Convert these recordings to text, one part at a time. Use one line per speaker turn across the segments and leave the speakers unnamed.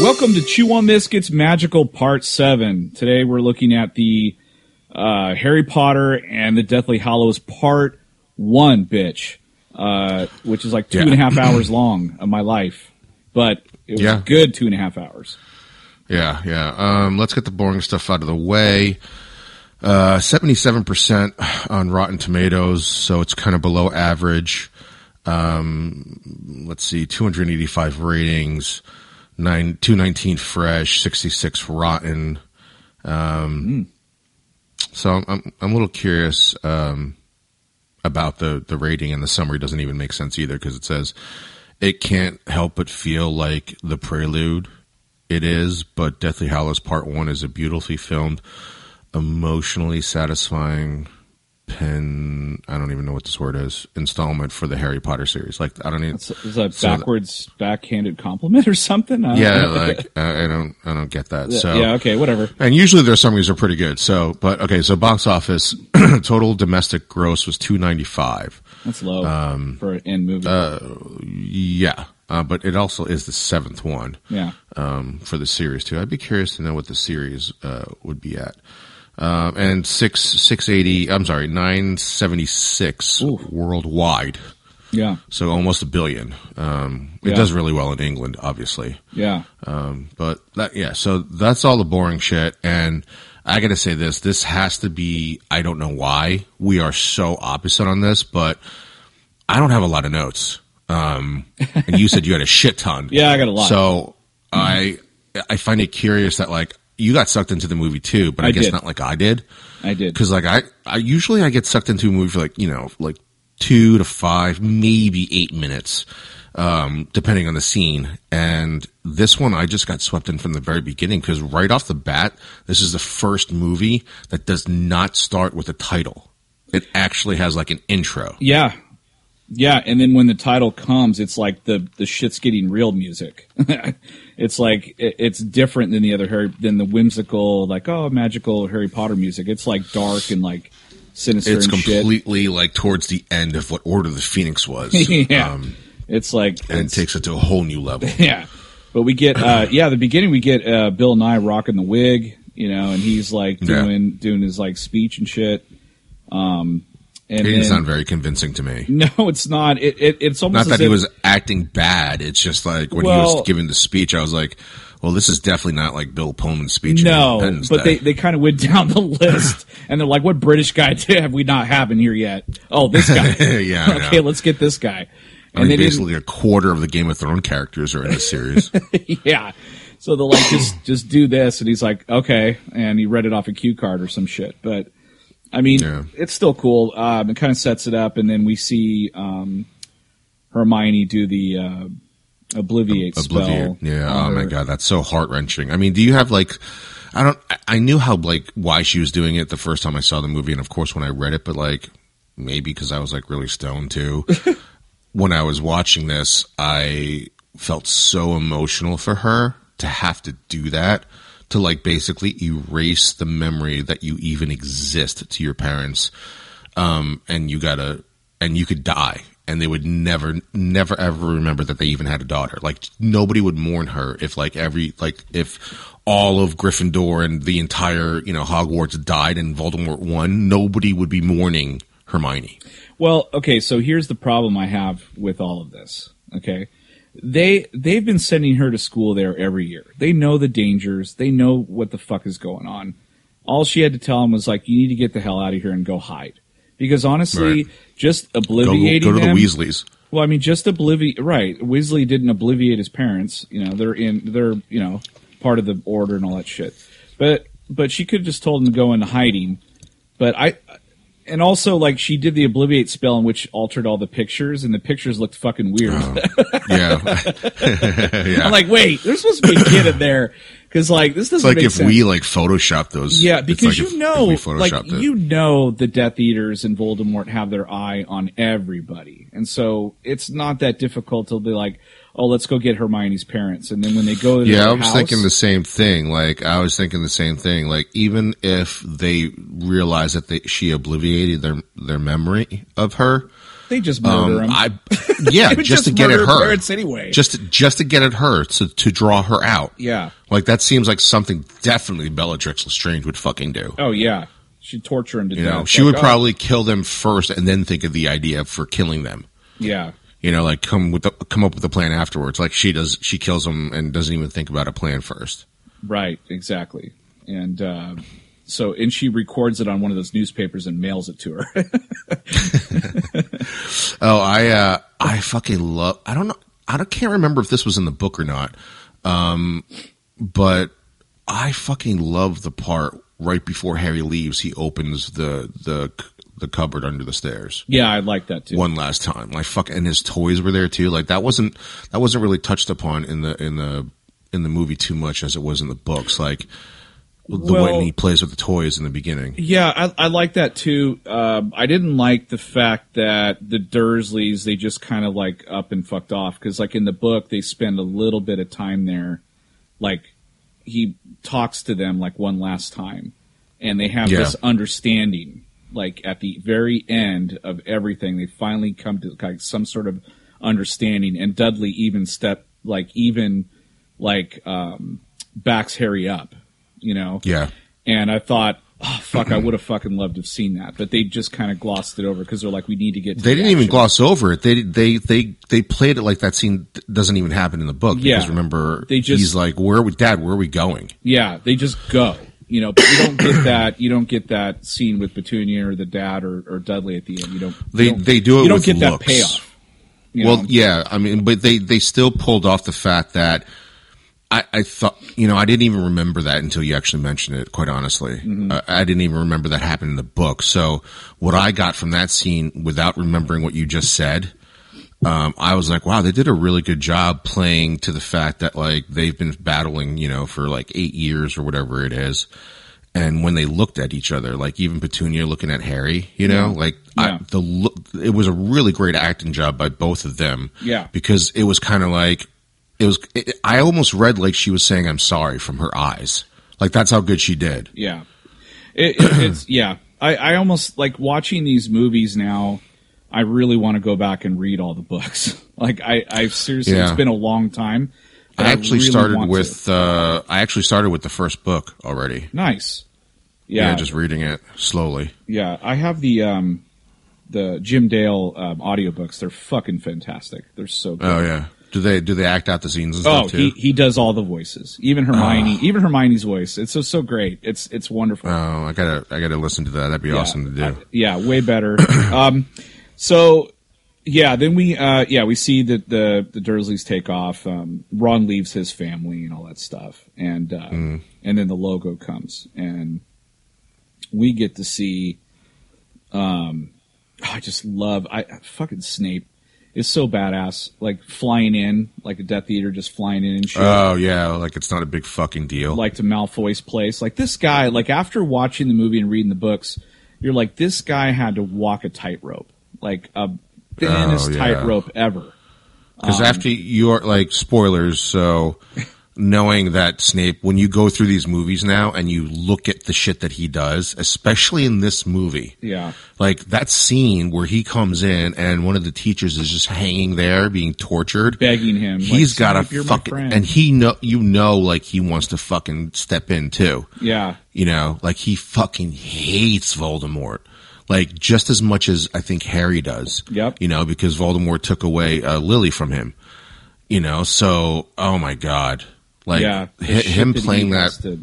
Welcome to Chew on This Gets Magical Part 7. Today we're looking at the uh, Harry Potter and the Deathly Hollows Part 1, bitch, uh, which is like two
Yeah.
and a half hours long of my life. But it was
Yeah.
a good two and a half hours.
Yeah, yeah. Um, let's get the boring stuff out of the way. Uh, 77% on Rotten Tomatoes, so it's kind of below average. Um, let's see, 285 ratings, nine, 219 fresh, 66 rotten. Um, So I'm, I'm, I'm a little curious um, about the, the rating, and the summary doesn't even make sense either because it says it can't help but feel like the prelude it is, but Deathly Hallows Part One is a beautifully filmed, emotionally satisfying pen. I don't even know what this word is. Installment for the Harry Potter series. Like I don't even.
It's, it's a
So-
backwards, backhanded compliment or something. I don't
yeah,
know.
like I I don't. I don't get that. So
Uh-huh. yeah, okay, whatever.
And usually their summaries are pretty good. So, but okay. So box office total domestic gross was two ninety five.
That's low
Um,
for an end movie.
uh, Yeah, uh, but it also is the seventh one.
yeah.
um, for the series too. I'd be curious to know what the series uh, would be at. Um, and six six eighty. I'm sorry, nine seventy six
Ooh.
worldwide.
Yeah.
So almost a billion. Um, it
Yeah.
does really well in England, obviously.
Yeah.
Um, but that, yeah, so that's all the boring shit. And I got to say this this has to be, I don't know why. We are so opposite on this, but I don't have a lot of notes. Um, and you said you had a shit ton.
Yeah, I got a lot.
So I, I find it curious that, like, you got sucked into the movie too, but I,
I
guess
did.
not like I did.
I did.
Cause, like, I, I usually I get sucked into a movie for, like, you know, like two to five, maybe eight minutes um, depending on the scene. And this one, I just got swept in from the very beginning because right off the bat, this is the first movie that does not start with a title. It actually has like an intro.
Yeah. Yeah, and then when the title comes, it's like the the shit's getting real music. it's like it, it's different than the other Harry than the whimsical like oh magical Harry Potter music. It's like dark and like sinister
It's
and
completely like towards the end of what Order of the Phoenix was.
shit. yeah.
Um,
it's like
and it
it's-
takes it to a whole new level.
yeah. But we get uh yeah, the beginning we get uh Bill Nye rocking the wig, you know, and he's like
Yeah.
doing doing his like speech and shit. Um and
It didn't
then-
sound very convincing to me.
no, it's not. It, it it's
Not
almost as
that he
if-
was acting bad. It's just like when he
Well-
was giving the speech, I was like, well, this is definitely not like Bill Pullman's speech. in
No,
Independence
but they,
Day.
they kind of went down the list, and they're like, "What British guy did, have we not having here yet? Oh, this guy.
Yeah, I
okay,
know.
let's get this guy."
I
And
mean,
they
basically a quarter of the Game of Thrones characters are in this series.
didn't, yeah. So they're like, "Just just do this," and he's like, "Okay," and he read it off a cue card or some shit. But I mean,
Yeah.
it's still cool. Um, it kind of sets it up, and then we see um, Hermione do the uh, obliviate
Oblivion.
spell.
Yeah. Oh
on
my
her.
god, that's so heart wrenching. I mean, do you have like? I don't. I- I knew how like why she was doing it the first time I saw the movie, and of course when I read it, but like maybe because I was like really stoned too. when I was watching this, I felt so emotional for her to have to do that to like basically erase the memory that you even exist to your parents um, and you gotta and you could die and they would never, never, ever remember that they even had a daughter. Like nobody would mourn her if like every like if all of Gryffindor and the entire you know Hogwarts died and Voldemort won, nobody would be mourning Hermione.
Well, okay, so here's the problem I have with all of this. Okay. They they've been sending her to school there every year. They know the dangers. They know what the fuck is going on. All she had to tell him was like, "You need to get the hell out of here and go hide." Because honestly,
Right.
just
Go,
obliviating
go to the
them-
Weasleys.
Well, I mean, just obliviate. Right, Weasley didn't obliviate his parents. You know, they're in. They're you know part of the order and all that shit. But but she could have just told him to go into hiding. But I. And also, like she did the obliviate spell, in which altered all the pictures, and the pictures looked fucking weird.
Oh, Yeah, yeah.
I'm like, wait, there's supposed to be a kid in there, because like this doesn't
it's like
make
if
sense.
we like Photoshop those.
Yeah,
it's
because
like if-
you
if
know,
we
like
photoshopped it.
you know, the Death Eaters and Voldemort have their eye on everybody, and so it's not that difficult to be like, "Oh, let's go get Hermione's parents," and then when they go, to
Yeah,
their
I was
house-
thinking the same thing. Like I was thinking the same thing. Like even if they realize that they, she obliviated their their memory of her,
They just
um,
murder him.
I yeah,
They
just, to
would
get at
murder
her,
parents anyway.
just just to get at her to to draw her out.
yeah.
Like that seems like something definitely Bellatrix Lestrange would fucking do.
Oh yeah, she'd torture him to
You
death.
know, she
Like,
would
oh,
probably kill them first and then think of the idea for killing them.
yeah.
You know, like come with the, come up with a plan afterwards. Like she does, she kills them and doesn't even think about a plan first.
Right, exactly. And uh, so, and she records it on one of those newspapers and mails it to her.
Oh, I uh, I fucking love. I don't know. I don't, can't remember if this was in the book or not. Um, but I fucking love the part right before Harry leaves. He opens the the the cupboard under the stairs
yeah, I like that too.
one last time. Like fuck, and his toys were there too. Like that wasn't that wasn't really touched upon in the in the in the movie too much as it was in the books. Like the
Well-
way he plays with the toys in the beginning.
Yeah, I, I like that too. Um, I didn't like the fact that the Dursleys they just kind of like up and fucked off because like in the book they spend a little bit of time there, like he talks to them like one last time, and they have
Yeah.
this understanding. Like at the very end of everything, they finally come to like some sort of understanding, and Dudley even step like even like um, backs Harry up, you know
Yeah.
and I thought, oh, fuck, I would have fucking loved to have seen that, but they just kind of glossed it over because they're like, we need to get. To
They
the
didn't even
action.
gloss over it. They they they they played it like that scene th- doesn't even happen in the book.
Yeah.
Because remember,
They just-
he's like, "Where are we, Dad? Where are we going?"
Yeah, they just go. You know, but you don't get that. You don't get that scene with Petunia or the dad or, or Dudley at the end. You don't.
They
you don't,
they do it.
you don't
with
get that
looks.
payoff. you
Well,
know?
yeah, I mean, but they they still pulled off the fact that I, I thought you know I didn't even remember that until you actually mentioned it. Quite honestly,
Mm-hmm.
Uh, I didn't even remember that happened in the book. So what I got from that scene, without remembering what you just said, um, I was like, wow, they did a really good job playing to the fact that like they've been battling, you know, for like eight years or whatever it is. And when they looked at each other, like even Petunia looking at Harry, you know, like
Yeah.
I, the look, it was a really great acting job by both of them.
Yeah.
because it was kind of like it was. It, I almost read like she was saying "I'm sorry" from her eyes. Like that's how good she did.
Yeah. It, it, it's yeah. I, I almost like watching these movies now. I really want to go back and read all the books. Like I, I've seriously,
Yeah.
it's been a long time. but
I actually
really
started
want to.
with. Uh, I actually started with the first book already.
nice.
Yeah,
Yeah,
just reading it slowly.
Yeah, I have the um, the Jim Dale um, audiobooks. They're fucking fantastic. They're so good.
Oh yeah. Do they do they act out the scenes and stuff
oh,
too?
he, he does all the voices. Even Hermione, even Hermione's voice. It's so so great. It's it's wonderful.
oh, I gotta I gotta listen to that. That'd be awesome to do.
I- yeah, way better. um, so yeah, then we uh, yeah we see that the the Dursleys take off. Um, Ron leaves his family and all that stuff, and uh,
Mm-hmm.
and then the logo comes, and we get to see. Um, I just love I fucking Snape is so badass, like flying in like a Death Eater, just flying in and shit
oh yeah, like it's not a big fucking deal.
like to Malfoy's place. Like this guy, like after watching the movie and reading the books, you're like, this guy had to walk a tightrope, like a thinnest
Oh, yeah.
tightrope ever.
because after you're like spoilers, so knowing that Snape, when you go through these movies now and you look at the shit that he does, especially in this movie,
Yeah.
like that scene where he comes in and one of the teachers is just hanging there being tortured.
Begging him.
He's
like,
got a
"Snape, you're my
fucking,
friend."
and he know you know, like he wants to fucking step in too.
yeah.
You know, like he fucking hates Voldemort. Like just as much as I think Harry does.
Yep.
You know, because Voldemort took away uh, Lily from him. You know, so oh my god, like
yeah. The
hi-
shit
him
that he
playing that,
has to-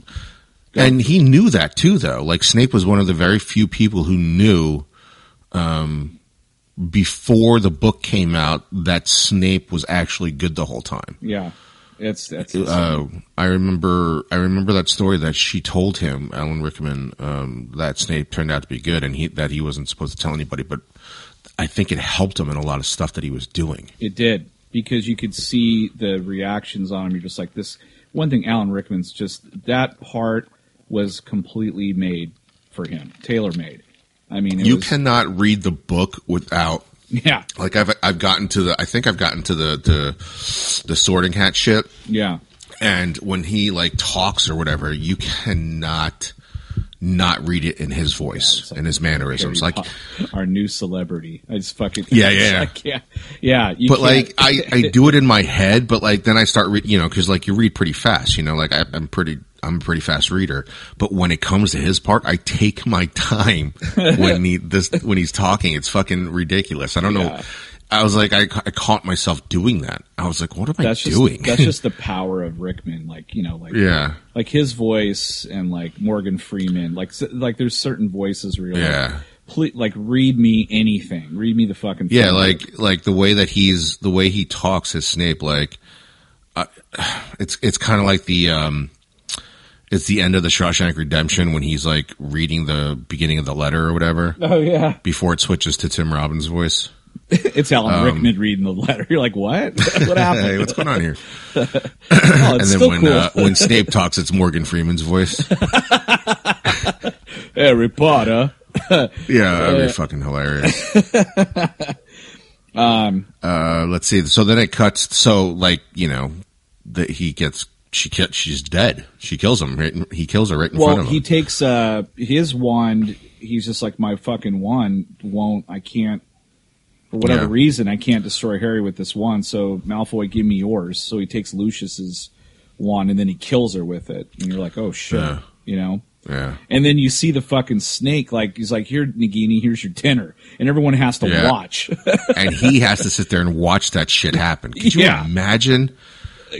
and he knew that too, though. Like Snape was one of the very few people who knew, um, before the book came out that Snape was actually good the whole time.
yeah. It's that's
Uh, I remember I remember that story that she told him, Alan Rickman, um, that Snape turned out to be good, and he that he wasn't supposed to tell anybody. But I think it helped him in a lot of stuff that he was doing.
It did because you could see the reactions on him. You're just like this. One thing, Alan Rickman's just that part was completely made for him, tailor made. I mean, it
You
was,
cannot read the book without
yeah,
like I've I've gotten to the I think I've gotten to the the the Sorting Hat shit,
yeah,
and when he like talks or whatever, you cannot not read it in his voice and his mannerisms. Like
our new celebrity. I just fucking
Yeah,
it's
yeah.
like, yeah, yeah. You
but
can't-
like I, I do it in my head but like then i start re- you know because like you read pretty fast you know like I, i'm pretty i'm a pretty fast reader but when it comes to his part i take my time when he this when he's talking it's fucking ridiculous i don't know
Yeah.
i was like I, ca- I caught myself doing that i was like what am
that's
i
just
doing
that's just the power of Rickman. Like you know, like
yeah
like his voice and like Morgan Freeman, like s- like there's certain voices where you're
Yeah.
like, "Ple- like read me anything, read me the fucking
Yeah,
thing."
like like the way that he's the way he talks as Snape, like uh, it's it's kind of like the um, it's the end of the Shawshank Redemption when he's like reading the beginning of the letter or whatever
oh yeah,
before it switches to Tim Robbins' voice.
it's Alan
um,
Rickman reading the letter. You're like, what? What happened?
Hey, what's going on here?
oh,
And
it's
then
still
when
cool.
uh, when Snape talks, it's Morgan Freeman's voice.
Harry Potter.
Yeah, that'd be fucking hilarious. um, uh, let's see. So then it cuts. So like you know that he gets she ki- she's dead. She kills him. Right, in- he kills her right in
Well,
front of him.
he takes uh his wand. He's just like my fucking wand won't. I can't for whatever
Yeah.
reason I can't destroy Harry with this wand. So Malfoy, give me yours. So he takes Lucius's wand and then he kills her with it. And you're like, oh shit,
Yeah.
you know.
yeah,
And then you see the fucking snake. Like he's like, here, Nagini, here's your dinner, and everyone has to
Yeah.
watch.
and he has to sit there and watch that shit happen. Could you
Yeah.
imagine?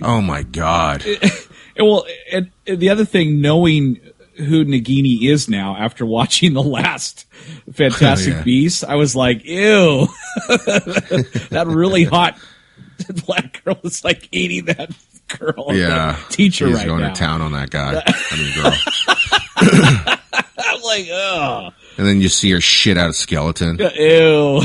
Oh my god!
And, Well, and, and the other thing, knowing who Nagini is now after watching the last Fantastic
Oh, yeah.
Beast, I was like, ew, that really hot black girl is like eating that girl,
Yeah,
that teacher
he's
right
going
now.
to town on that guy. I mean, girl.
I'm like, oh,
And then you see her shit out of skeleton.
ew.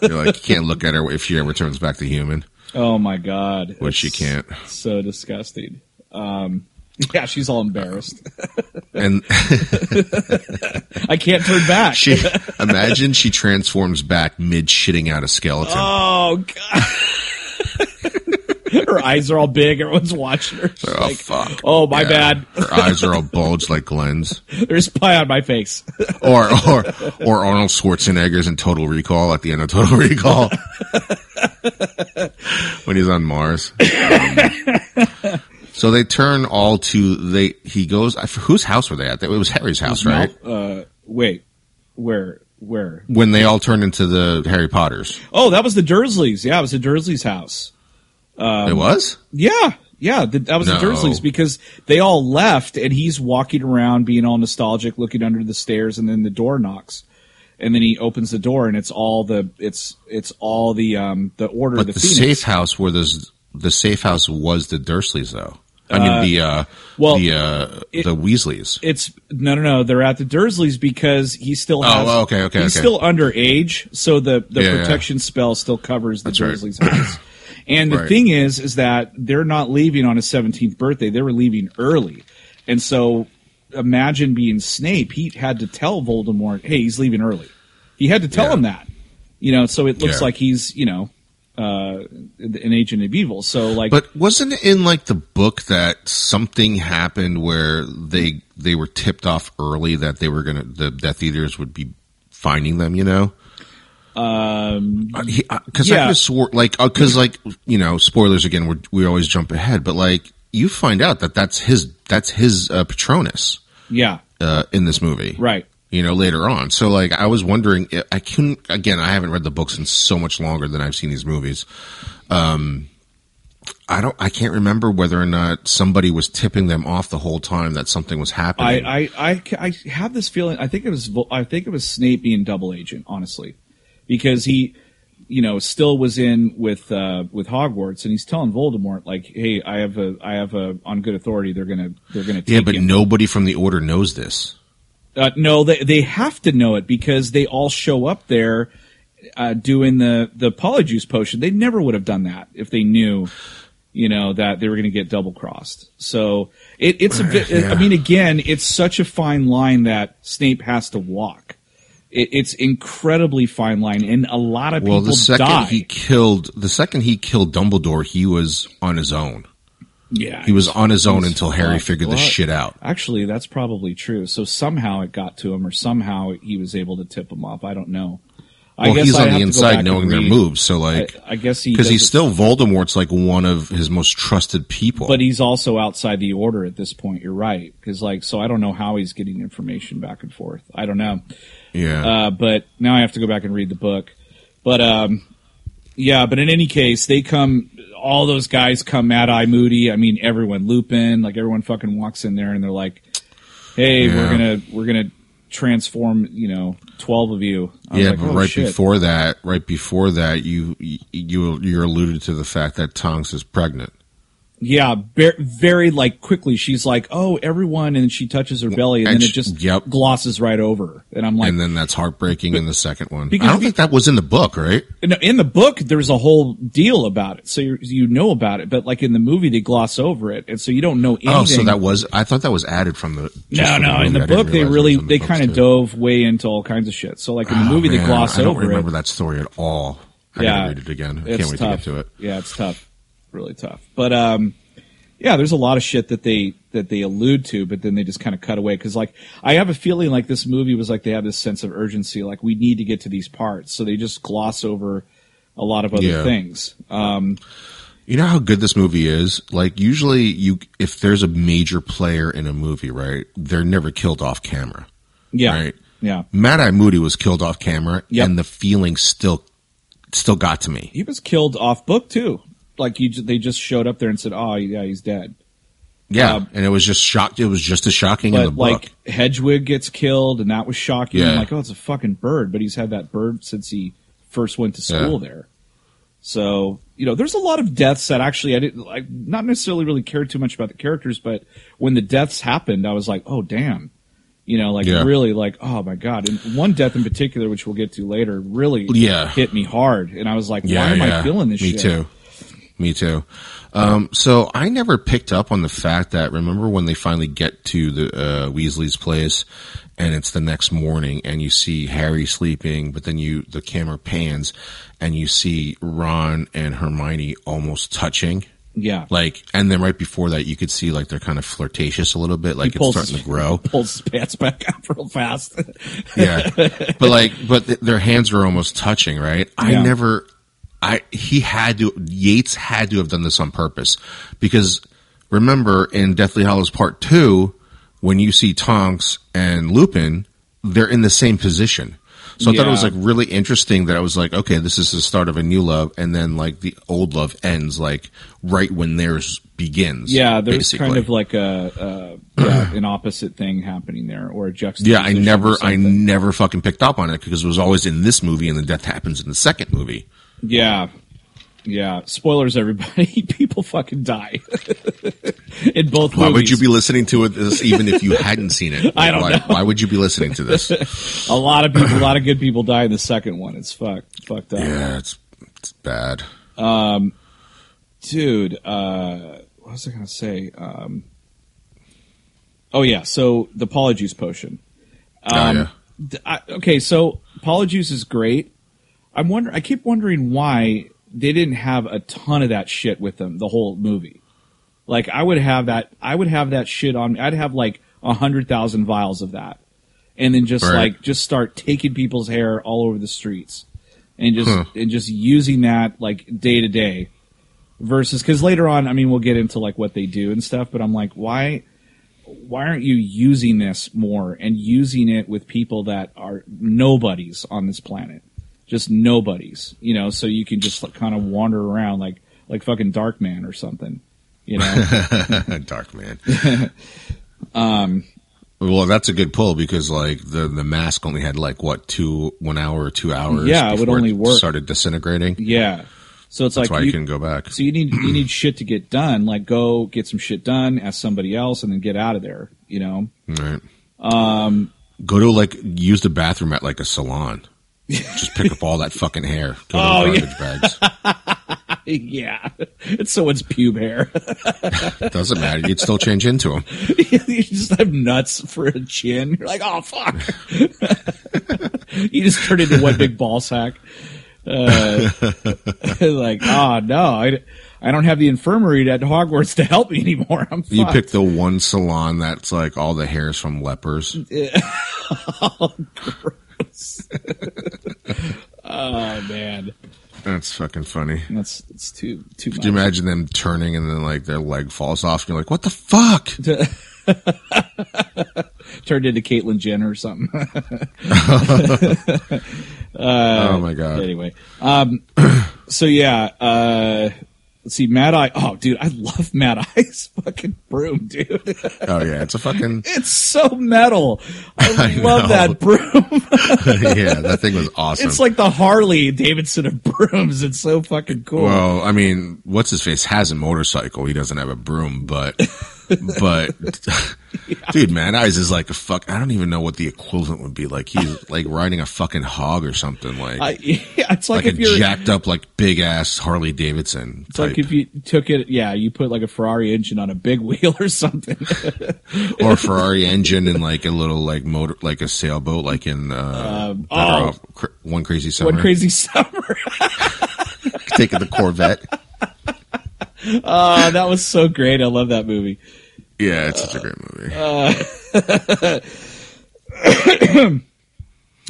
You're like, you can't look at her if she ever turns back to human,
Oh my god,
which she
It's
can't.
So disgusting. Um, yeah, she's all embarrassed.
And
I can't turn back.
She imagine she transforms back mid shitting out a skeleton.
Oh god. her eyes are all big. Everyone's watching her. She's
oh
like,
fuck!
oh, my bad.
Her eyes are all bulged like Glenn's,
There's pie on my face.
or or or Arnold Schwarzenegger's in Total Recall at the end of Total Recall when he's on Mars. Um, so they turn all to they. He goes. I, whose house were they at? It was Harry's house, right?
Uh, wait, where? Where?
When they all turn into the Harry Potters,
Oh, that was the Dursleys. Yeah, it was the Dursleys' house. Um,
it was.
Yeah, yeah, the, that was
No.
the Dursleys because they all left, and he's walking around being all nostalgic, looking under the stairs, and then the door knocks, and then he opens the door, and it's all the it's it's all the um the Order of
But
the,
the,
Phoenix.
safe house where this the safe house was the Dursleys though. I mean the uh
well,
the uh
it-
the Weasleys.
It's no, no, no. They're at the Dursleys because he still has.
oh, okay, okay,
He's
okay.
still underage, so the the
Yeah, yeah.
protection spell still covers the
right.
Dursleys' house. And the
Right.
thing is, is that they're not leaving on his seventeenth birthday. They were leaving early, and so imagine being Snape. He had to tell Voldemort, "Hey, he's leaving early." He had to tell
Yeah.
him that, you know. So it looks
Yeah.
like he's, you know, uh, an agent of evil. So like,
But wasn't it in like the book that something happened where they they were tipped off early that they were gonna the Death Eaters would be finding them? You know,
um,
because uh, 'cause I
Yeah.
could have swore like because like you know spoilers again we we always jump ahead, but like you find out that that's his that's his uh, Patronus
yeah,
uh, in this movie,
right.
You know, later on. So like I was wondering, eh, I- I couldn't again. I haven't read the books in so much longer than I've seen these movies. Um, I don't. I can't remember whether or not somebody was tipping them off the whole time that something was
I,
happening.
I, I, I have this feeling. I think it was. I think it was Snape being double agent, honestly, because he, you know, still was in with uh, with Hogwarts, and he's telling Voldemort like, "Hey, I have a, I have a on good authority. They're gonna, they're gonna take
yeah, but
him."
nobody from the order knows this.
Uh, no, they they have to know it because they all show up there uh, doing the the polyjuice potion. They never would have done that if they knew, you know, that they were going to get double crossed. So it, it's a bit.
Yeah.
I mean, again, it's such a fine line that Snape has to walk. It, it's incredibly fine line, and a lot of
Well,
people
the second
die.
he killed the second he killed Dumbledore, he was on his own.
yeah,
He was on his own until Harry
fucked.
figured this
What?
shit out.
Actually, that's probably true. So somehow it got to him, or somehow he was able to tip him off. I don't know. I
Well,
guess
he's
I
on
have
the
to go
inside
back
knowing
and
their
read.
moves, so
I,
like
I guess he
because he's
doesn't-
still Voldemort's like one of his most trusted people.
but he's also outside the order at this point. You're right, because like, so I don't know how he's getting information back and forth. I don't know.
yeah,
Uh, but now I have to go back and read the book. But um, yeah, but in any case, they come. All those guys come. Mad Eye Moody. I mean, everyone. Lupin. Like everyone fucking walks in there and they're like, "Hey,
Yeah.
we're gonna we're gonna transform. You know, twelve of you." I was
yeah.
like,
but
"Oh,
right
shit."
before that, right before that, you you you're alluded to the fact that Tonks is pregnant.
Yeah, very, very like quickly. She's like, "Oh, everyone," and she touches her belly, and,
And
then it
sh-
just
yep.
glosses right over. And I'm like,
and then that's heartbreaking in the second one. I
because
don't
if you-
think that was in the book, right?
No, in the book, there's a whole deal about it, so you you know about it. But like in the movie, they gloss over it, and so you don't know anything.
Oh, so that was I thought that was added from the. just
no,
from
no.
movie.
in the
I didn't
book, they
realize it
really
was in the
they
books,
kind of
too.
dove way into all kinds of shit. So like in the
Oh,
movie, they
man,
gloss
I don't
over
remember
it.
that story at all. I gotta read it again. I
it's
can't wait
tough.
to get to it.
Yeah, it's tough, really tough. But um, yeah, there's a lot of shit that they that they allude to, but then they just kind of cut away because like I have a feeling like this movie was like they have this sense of urgency, like we need to get to these parts, so they just gloss over a lot of other
Yeah.
things. Um,
You know how good this movie is? Like usually you if there's a major player in a movie, right? They're never killed off camera.
yeah,
Right.
yeah.
Mad Eye Moody was killed off camera
Yep.
and the feeling still still got to me.
He was killed off book too. Like you, ju- they just showed up there and said, "Oh, yeah, he's dead."
Yeah.
Um,
and it was just shocked it was just as shocking in the
But
book.
like Hedwig gets killed, and that was shocking.
Yeah.
Like, oh, it's a fucking bird, but he's had that bird since he first went to school there. So you know, there's a lot of deaths that actually I didn't like. Not necessarily really cared too much about the characters, but when the deaths happened, I was like, oh damn. You know, like
Yeah.
really, like oh my god! And one death in particular, which we'll get to later, really
Yeah.
hit me hard, and I was like,
yeah,
"Why am
yeah.
I feeling this?"
Me
shit?
too. Me too. Um, so I never picked up on the fact that remember when they finally get to the uh, Weasley's place, and it's the next morning, and you see Harry sleeping, but then you the camera pans, and you see Ron and Hermione almost touching,
Yeah,
like, and then right before that you could see like they're kind of flirtatious a little bit, like it's
pulls
starting to
his-
grow.
pulls his pants back up real fast.
yeah but like but th- their hands were almost touching right i
Yeah.
never i he had to yates had to have done this on purpose because remember in deathly hollows part two when you see tonks and lupin they're in the same position so i thought it was
Yeah.
like really interesting that i was like okay this is the start of a new love and then like the old love ends like right when theirs begins
yeah, there's kind
basically.
of like a, a yeah, an opposite thing happening there, or a
Yeah,
juxtaposition.
I never,
or
I
something.
never fucking picked up on it because it was always in this movie, and the death happens in the second movie.
yeah, yeah. Spoilers, everybody. People fucking die in both.
Why would
movies.
you be listening to it this even if you hadn't seen it?
I don't
why,
know.
why would you be listening to this?
A lot of people, a lot of good people die in the second one. It's fucked, fucked up,
Yeah, it's it's bad.
dude. Uh, what was I gonna say? Um, oh yeah, so the Polyjuice potion.
oh, yeah.
I, okay, so Polyjuice is great. I'm wonder. I keep wondering why they didn't have a ton of that shit with them the whole movie. Like I would have that I would have that shit on me. I'd have like a hundred thousand vials of that. And then just
Right.
like just start taking people's hair all over the streets. And just
Huh.
and just using that like day to day. Versus because later on, I mean we'll get into like what they do and stuff, but I'm like, why why aren't you using this more and using it with people that are nobodies on this planet? Just nobodies, you know, so you can just like, kind of wander around like like fucking Darkman or something, you know.
Dark man. Um, Well, that's a good pull because like the the mask only had like what two one hour or two hours.
Yeah, it would
before
only work.
Started disintegrating.
yeah. So it's
That's
like
why you,
you,
couldn't go back.
so you need you need shit to get done, like go get some shit done, ask somebody else and then get out of there, you know.
Right. Um, go to like use the bathroom at like a salon. Just pick up all that fucking hair. Go
Oh,
to
yeah.
the garbage bags.
yeah. It's someone's pube hair.
Doesn't matter. You'd still change into them.
you just have nuts for a chin. You're like, oh fuck. you just turn into one big ball sack. Uh, like, oh no, I, I don't have the infirmary at Hogwarts to help me anymore. I'm
You
fucked.
pick the one salon that's like all the hairs from lepers.
oh man,
That's fucking funny.
that's it's too too
Do you
much.
imagine them turning and then like their leg falls off? And you're like, what the fuck?
Turned into Caitlyn Jenner or something.
Uh, oh my god.
anyway, um, so yeah, uh, let's see, Mad Eye. Oh, dude, I love Mad Eye's fucking broom, dude.
Oh yeah, it's a fucking
It's so metal. I,
I
love
know.
that broom.
yeah. That thing was awesome.
it's like the Harley Davidson of brooms. It's so fucking cool.
Well, I mean, what's his face has a motorcycle. He doesn't have a broom, but but dude, man, eyes is like a fuck. I don't even know what the equivalent would be. Like he's like riding a fucking hog or something. Like
I, yeah, it's like,
like,
if
a
you're
jacked up like big ass Harley Davidson
it's like if you took it, yeah, you put like a Ferrari engine on a big wheel or something.
or Ferrari engine and like a little like motor like a sailboat like in uh,
Um,
Better
oh.
Off- Cr- one crazy summer
One crazy summer.
taking the Corvette.
Uh, that was so great. I love that movie.
Yeah, it's such a great movie.
Uh,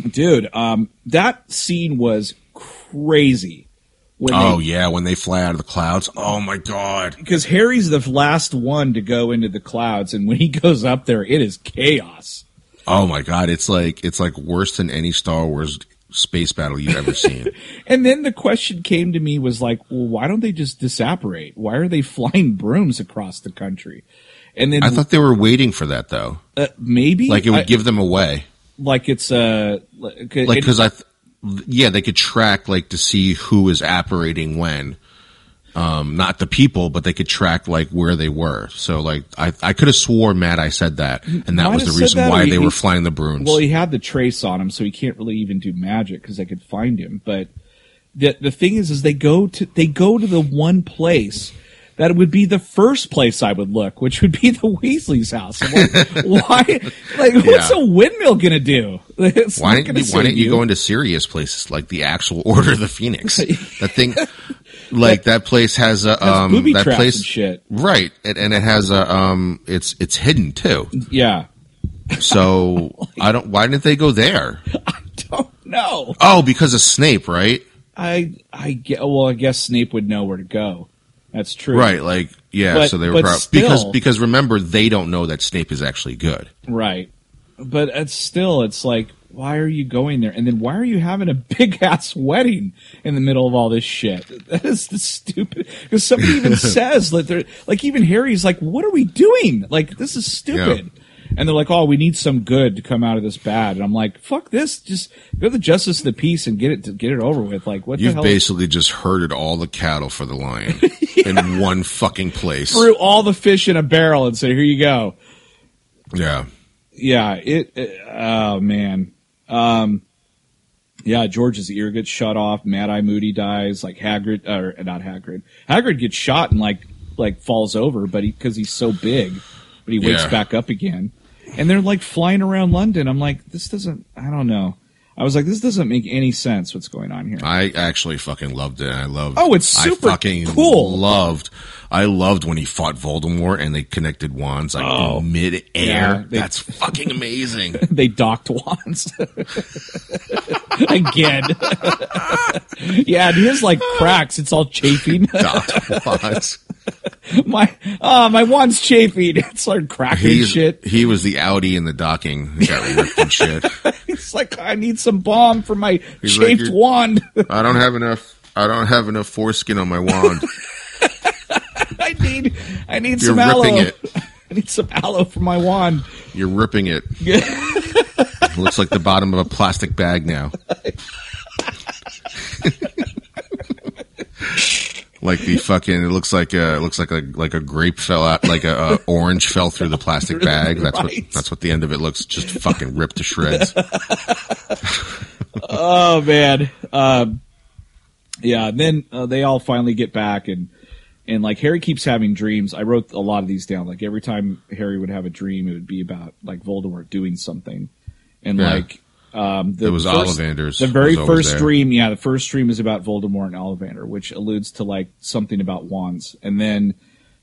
Dude, um, that scene was crazy. When
oh
they,
yeah, when they fly out of the clouds. Oh my god.
because Harry's the last one to go into the clouds, and when he goes up there, it is chaos.
Oh my god, it's like it's like worse than any Star Wars space battle you've ever seen.
And then the question came to me was like, well, why don't they just disapparate? Why are they flying brooms across the country? And then
I thought they were waiting for that though.
uh, maybe
Like it would
I-
give them away.
like it's uh like, it-
Like because I, th- yeah, they could track like to see who is apparating when. Um, not the people, but they could track like where they were. So like I, I could have swore Matt I said that, and that
Might
was
have
the
said
reason
that,
why
or
they
he-
were flying the brooms.
well, he had the trace on him, so he can't really even do magic because they could find him. But the the thing is, is they go to they go to the one place that would be the first place I would look, which would be the Weasley's house. I'm like, why? Like, what's
Yeah.
a windmill gonna do? It's
why
not
didn't
gonna
you, why
save
didn't you go into serious places like the actual Order of the Phoenix? that thing, like that place has a um
booby
that
traps
place
and shit.
right, and, and it has a um it's it's hidden too.
Yeah,
So I don't why didn't they go there?
don't know.
Oh, because of Snape, right?
I I get well. I guess Snape would know where to go. That's true.
Right, like yeah.
But-
so they were
but
prob-
still-
because because remember they don't know that Snape is actually good.
Right. But it's still, it's like, why are you going there? And then why are you having a big ass wedding in the middle of all this shit? That is the stupid. Because somebody even says that they're like, even Harry's like, what are we doing? Like, this is stupid. And they're like, oh, we need some good to come out of this bad. And I'm like, fuck this. Just go to Justice of the Peace and get it get it over with. Like, what the
You've
hell?
basically just herded all the cattle for the lion in one fucking place.
threw all the fish in a barrel and said, here you go.
Yeah.
yeah, it, it- oh man. Um yeah, George's ear gets shut off, Mad Eye Moody dies, like Hagrid or not Hagrid. Hagrid gets shot and like like falls over, but he cuz he's so big, but he wakes
Yeah.
back up again. And they're like flying around London. I'm like, this doesn't I don't know. I was like, this doesn't make any sense. What's going on here?
I actually fucking loved it. I loved.
Oh, it's super
I fucking
cool.
Loved. I loved when he fought Voldemort and they connected wands like
Oh.
in mid air.
Yeah, they-
That's fucking amazing.
they docked wands again. yeah, and his like cracks. It's all chafing.
Doc wands.
my uh, my wand's chafing. It started cracking
He's,
shit.
He was the Audi in the docking. He got ripped and shit.
It's like I need some balm for my
He's like,
chafed
"You're-
wand.
I don't have enough. I don't have enough foreskin on my wand.
I need I need
You're
some aloe.
ripping it.
I need some aloe for my wand.
You're ripping it. Looks like the bottom of a plastic bag now. like the fucking. It looks like a. It looks like a like a grape fell out. Like a, uh orange fell through the plastic bag. That's
Right.
what. That's what the end of it looks. Just fucking ripped to shreds.
Oh man. Um, yeah. And then uh, they all finally get back and and like Harry keeps having dreams. I wrote a lot of these down. Like every time Harry would have a dream, it would be about like Voldemort doing something. And
Yeah.
like um, the
It was
first,
Ollivander's.
The very
was always
first
there.
dream, yeah, the first dream is about Voldemort and Ollivander, which alludes to like something about wands. And then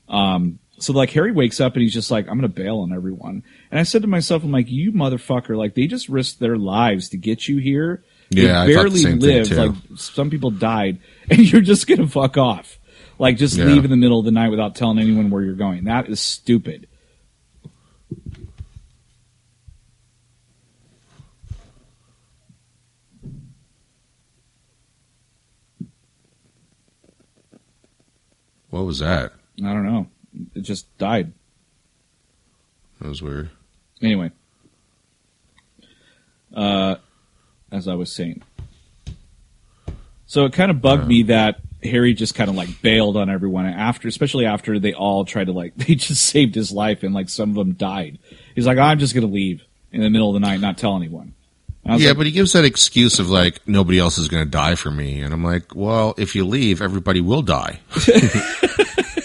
so like Harry wakes up and he's just like, I'm gonna bail on everyone. And I said to myself, I'm like, you motherfucker, like they just risked their lives to get you here. They
Yeah, I thought the
barely
same thing,
lived.
too.
Like some people died, and you're just gonna fuck off. Like just
Yeah.
leave in the middle of the night without telling anyone where you're going. That is stupid.
What was that?
I don't know. It just died.
That was weird.
Anyway. Uh as I was saying. So it kind of bugged me that Harry just kind of like bailed on everyone after, especially after they all tried to like, they just saved his life and like some of them died. He's like, I'm just going to leave in the middle of the night, not tell anyone. And I was
Yeah,
like,
but he gives that excuse of like nobody else is going to die for me, and I'm like, well, if you leave, everybody will die.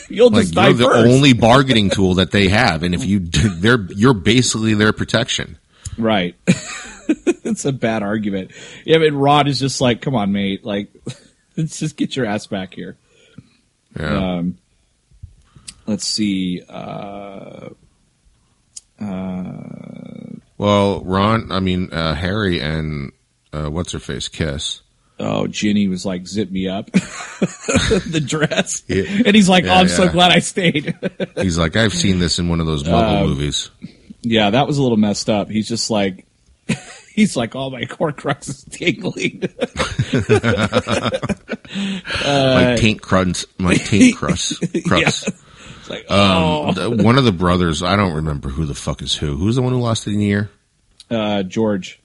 you'll
Like you're
just die
the
first.
only bargaining tool that they have, and if you they're you're basically their protection.
right. it's a bad argument. Yeah, but Rod is just like, come on, mate. Like, let's just get your ass back here.
Yeah,
Um, let's see. Uh,
well, Ron, I mean uh, Harry and uh, what's her face, Kiss.
oh, Ginny was like, "Zip me up," the dress,
Yeah.
and he's like,
Yeah,
"Oh, I'm so
yeah.
glad I stayed."
He's like, I've seen this in one of those Marvel
Uh,
movies.
yeah, that was a little messed up. He's just like, he's like, "All my Horcrux is tingling." uh,
my taint crunts, my taint crust, crust. Um,
it's like, oh,
The- One of the brothers, I don't remember who the fuck is who. Who's the one who lost it in a year?
uh, George.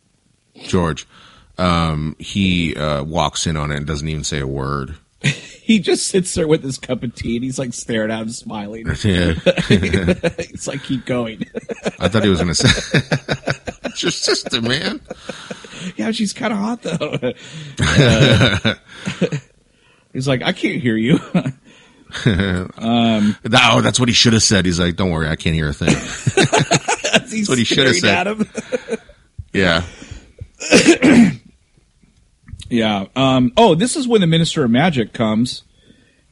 George. Um, he uh, walks in on it and doesn't even say a word.
He just sits there with his cup of tea and he's like staring at him, smiling.
Yeah,
it's like, keep going.
I thought he was going to say, "It's your sister, man."
yeah, she's kind of hot though. Uh, he's like, I can't hear you.
No, oh, that's what he should have said. He's like, "Don't worry, I can't hear a thing."
He's
what he shoulda
staring
said.
at him.
Yeah,
Yeah. Um, oh, this is when the Minister of Magic comes,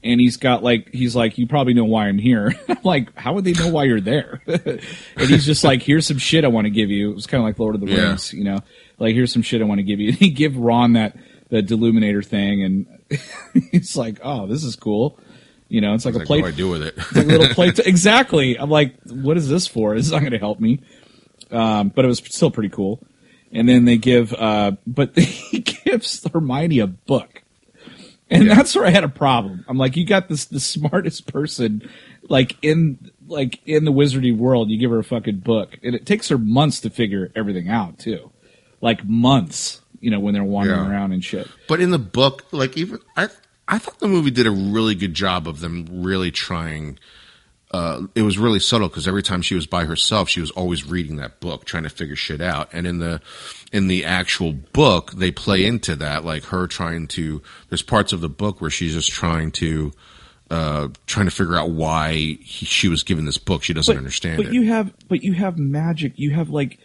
and he's got like he's like, you probably know why I'm here. I'm like, how would they know why you're there? and he's just like, here's some shit I want to give you. It was kind of like Lord of the
Yeah.
Rings, you know, like here's some shit I want to give you. And he give Ron that that Deluminator thing, and he's like, oh, this is cool. You know, it's like a
like,
play
what do I do with it?
like little play. exactly. I'm like, what is this for? This is not going to help me. Um, but it was still pretty cool. And then they give, uh, but he gives Hermione a book, and
Yeah.
that's where I had a problem. I'm like, you got this the smartest person, like in like in the wizardy world. You give her a fucking book, and it takes her months to figure everything out too, like months. You know, when they're wandering
Yeah.
around and shit.
But in the book, like even I, I thought the movie did a really good job of them really trying. Uh, it was really subtle because every time she was by herself, she was always reading that book, trying to figure shit out. And in the in the actual book, they play into that, like her trying to. There's parts of the book where she's just trying to. Uh, trying to figure out why he, she was given this book, she doesn't understand
but
it.
you have but you have magic you have like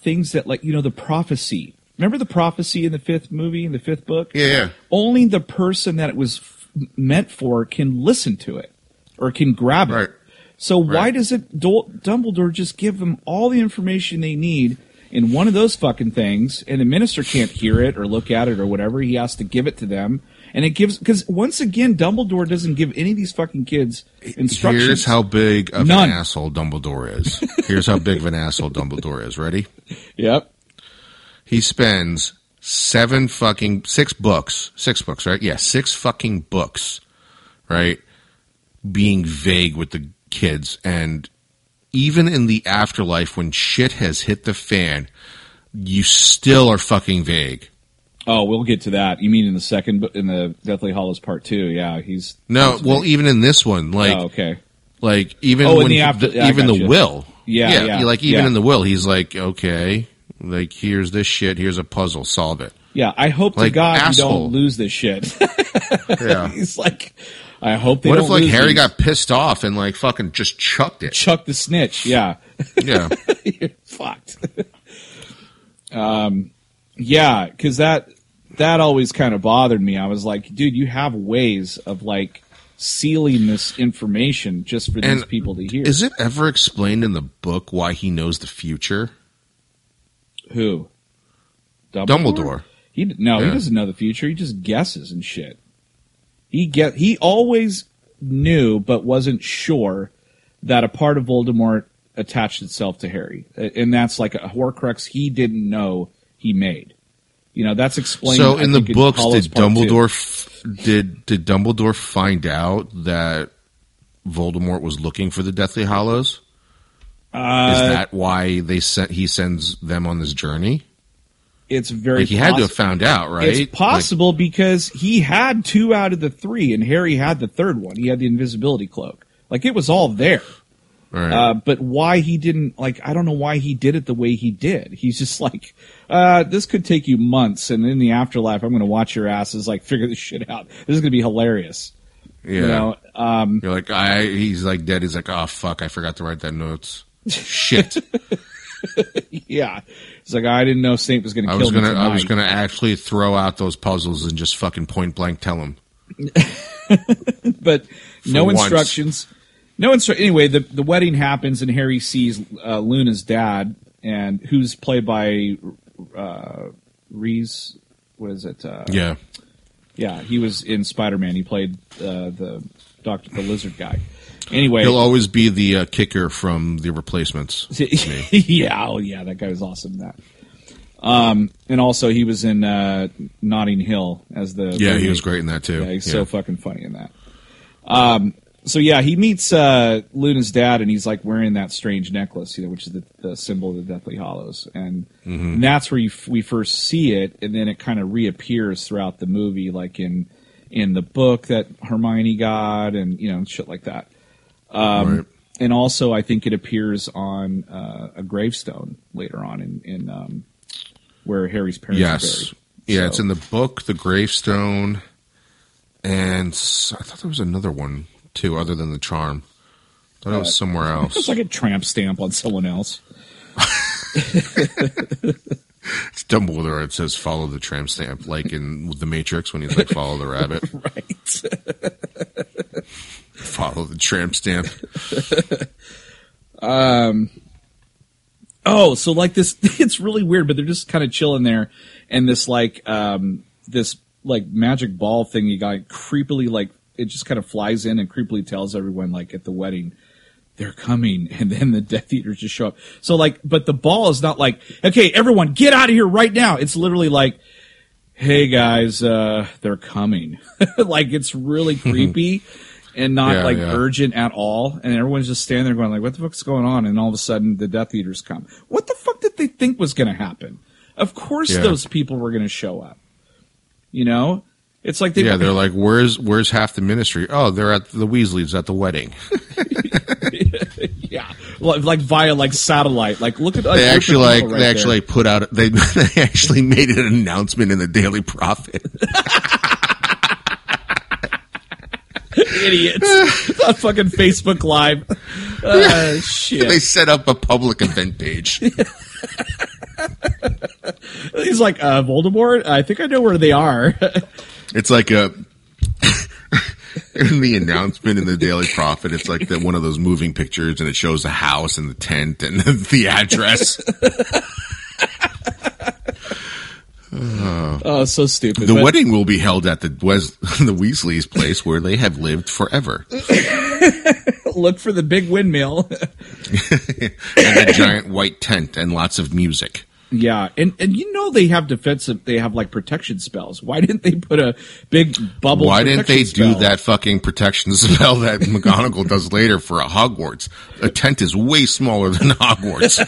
things that like you know the prophecy Remember the prophecy in the fifth movie, in the fifth book?
Yeah, yeah.
Only the person that it was f- meant for can listen to it or can grab it.
Right.
So why
Right.
does it Dol- Dumbledore just give them all the information they need in one of those fucking things, and the minister can't hear it or look at it or whatever? He has to give it to them, and it gives because once again, Dumbledore doesn't give any of these fucking kids instructions.
Here's how big of
None.
an asshole Dumbledore is. Here's how big of an asshole Dumbledore is. Ready?
Yep.
He spends seven fucking six books, six books, right? Yeah, six fucking books, right? Being vague with the kids, and even in the afterlife, when shit has hit the fan, you still are fucking vague.
Oh, we'll get to that. You mean in the second bo- in the Deathly Hollows Part Two? Yeah, he's
No, well, even in this one, like,
oh, okay.
like even
Oh, in
when
the
he-
after-
the-
yeah, I
even the
gotcha.
will,
Yeah, yeah,
like even
yeah.
in the will, he's like, okay, like here's this shit, here's a puzzle, solve it.
Yeah, I hope to
Like,
God you
asshole.
don't lose this shit.
Yeah.
He's like, I hope they
what
don't
if like
lose
Harry
these.
got pissed off and like fucking just chucked it?
Chuck the snitch. Yeah,
Yeah,
you're fucked. um, yeah, because that that always kind of bothered me. I was like, dude, you have ways of like sealing this information just for these
And
people to hear.
is it ever explained in the book why he knows the future?
Who?
Dumbledore.
He d- no, he
Yeah.
doesn't know the future. He just guesses and shit. He get he always knew but wasn't sure that a part of Voldemort attached itself to Harry, A- and that's like a Horcrux he didn't know he made. You know, that's explained.
So
I
in the
think,
books,
Hollows
did
Part Two.
Dumbledore f- did did Dumbledore find out that Voldemort was looking for the Deathly Hollows?
Uh,
Is that why they sent he sends them on this journey?
it's very
Like he had to have
possi-
found out, right?
It's possible because he had two out of the three, and Harry had the third one. He had the invisibility cloak. Like it was all there.
Like, all right.
Uh, but why he didn't like I don't know why he did it the way he did. He's just like, uh, this could take you months, and in the afterlife, I'm going to watch your asses like figure this shit out. This is going to be hilarious.
yeah.
You know, um,
You're like, I. He's like dead. He's like, oh fuck, I forgot to write that notes. Shit,
yeah. It's like I didn't know Snape was going to
I
kill
was
me
gonna, I
tonight.
was gonna actually throw out those puzzles and just fucking point blank tell him.
but no
once.
instructions. No instruction. Anyway, the the wedding happens, and Harry sees uh, Luna's dad, and who's played by uh, Reese. What is it? Uh,
Yeah,
Yeah, he was in Spider Man. He played uh, the Doctor, the Lizard guy. Anyway,
he'll always be the uh, kicker from the replacements.
yeah, oh yeah, that guy was awesome. in That. Um, and also he was in uh, Notting Hill as the
Yeah, he was great in that too.
Yeah, he's
Yeah.
so fucking funny in that. Um, so yeah, he meets uh, Luna's dad, and he's like wearing that strange necklace, you know, which is the, the symbol of the Deathly Hollows, and,
Mm-hmm.
and that's where you f- we first see it, and then it kind of reappears throughout the movie, like in in the book that Hermione got, and you know, shit like that. Um,
Right.
And also, I think it appears on uh, a gravestone later on in, in um, where Harry's parents. Are
Yes.
buried.
Yeah,
So-
it's in the book, the gravestone, and s- I thought there was another one too, other than the charm. thought it was somewhere else.
It's like a tramp stamp on someone else.
It's Dumbledore. It says follow the tram stamp, like in The Matrix when he's like follow the rabbit,
Right.
follow the tram stamp.
Oh, so like this, it's really weird, but they're just kind of chilling there, and this like um this like magic ball thing you got creepily like it just kind of flies in and creepily tells everyone like at the wedding they're coming, and then the Death Eaters just show up. So like, but the ball is not like okay, everyone get out of here right now. It's literally like. Hey guys, uh, they're coming. like it's really creepy and not
Yeah,
like
yeah.
urgent at all. And everyone's just standing there going like, what the fuck's going on? And all of a sudden the Death Eaters come. What the fuck did they think was going to happen? Of course
Yeah.
those people were going to show up. You know? It's like they
Yeah, they're like, where's whe's half the ministry? Oh, they're at the Weasleys at the wedding.
yeah, like, like via like satellite. Like look at
They actually like
right
they actually like, put out they they actually made an announcement in the Daily Prophet.
there. idiots on fucking Facebook Live. Uh, shit.
They set up a public event page.
He's like, uh, Voldemort? I think I know where they are.
It's like a in the announcement in the Daily Prophet. It's like that one of those moving pictures, and it shows the house and the tent and the address.
oh, so stupid.
The
but-
wedding will be held at the Wes- the Weasley's place, where they have lived forever,
Look for the big windmill.
and a giant white tent and lots of music.
yeah, and and you know they have defensive, they have like protection spells. Why didn't they put a big bubble?
Why didn't they
protection
do
spell?
that fucking protection spell that McGonagall does later for a Hogwarts? A tent is way smaller than Hogwarts.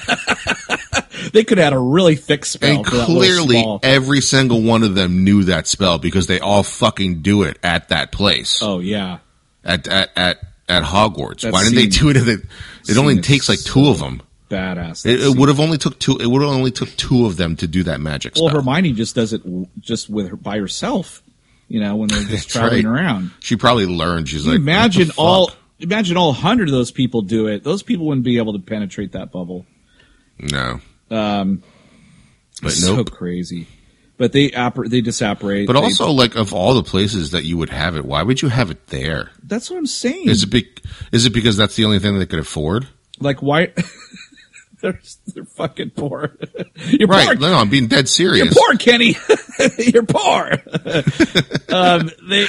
They could add a really thick spell.
And
for that little
clearly,
small-
every single one of them knew that spell because they all fucking do it at that place
oh yeah,
at, at at at Hogwarts.
That
Why didn't they do
scene-
it? At the, it only
scene is
takes like
so
two of them.
badass.
It, it would have only took two. It would have only took two of them to do that magic spell.
well, Hermione just does it w- just with her by herself. You know, when they're just traveling
right.
around.
she probably learned. She's like,
imagine
"What the
all
fuck?"
imagine all hundred of those people do it. Those people wouldn't be able to penetrate that bubble.
No, but
Um, so
nope.
crazy. But they oper- they disapparate.
But
They-
also, like of all the places that you would have it, why would you have it there?
that's what I'm saying.
Is it be, is it because that's the only thing they could afford?
like why? they're they're fucking poor. You're
Right?
poor.
No, I'm being dead
You're
serious.
poor, Kenny. You're poor. um, they,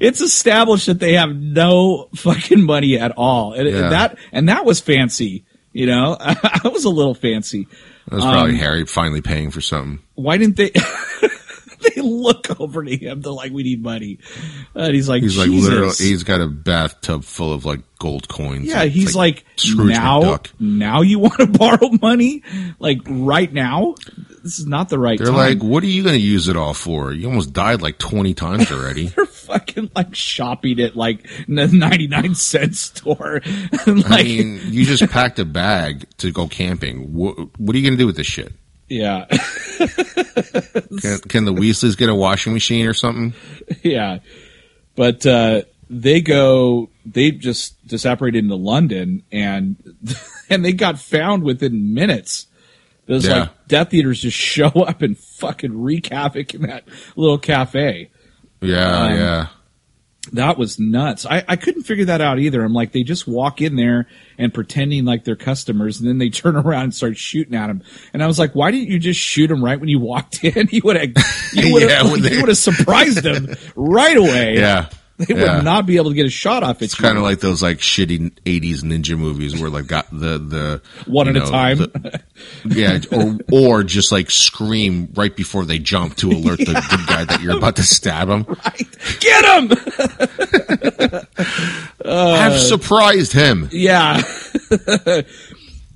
it's established that they have no fucking money at all, and, and
Yeah.
that and that was fancy. You know, I, was a little fancy.
That was
Um,
probably Harry finally paying for something.
why didn't they they look over to him they're like we need money and he's like
He's like
Jesus.
literally, he's got a bathtub full of like gold coins.
yeah
It's
he's like,
Scrooge
now
McDuck.
now you want to borrow money like right now this is not the right
They're
time
like, what are you going to use it all for? You almost died like twenty times already.
they're fucking like shopping at like the 99 cent store and like
I mean, you just packed a bag to go camping. What, what are you going to do with this shit?
yeah
Can, can the Weasleys get a washing machine or something?
yeah. But uh, they go, they just disapparated into London, and and they got found within minutes. Those
Yeah.
like Death Eaters just show up and fucking wreak havoc in that little cafe.
Yeah,
Um,
yeah.
That was nuts. I, I couldn't figure that out either. I'm like, they just walk in there and pretending like they're customers, and then they turn around and start shooting at them. And I was like, why didn't you just shoot them right when you walked in? You would have, you would have,
Yeah, when they-
you would have surprised them right away.
Yeah.
They
Yeah.
would not be able to get a shot off at
It's
you.
kind of like those like shitty '80s ninja movies where like got the the
One
you
at a time.
the- yeah, or or just like scream right before they jump to alert the good guy that you're about to stab him.
get him.
I've surprised him.
yeah,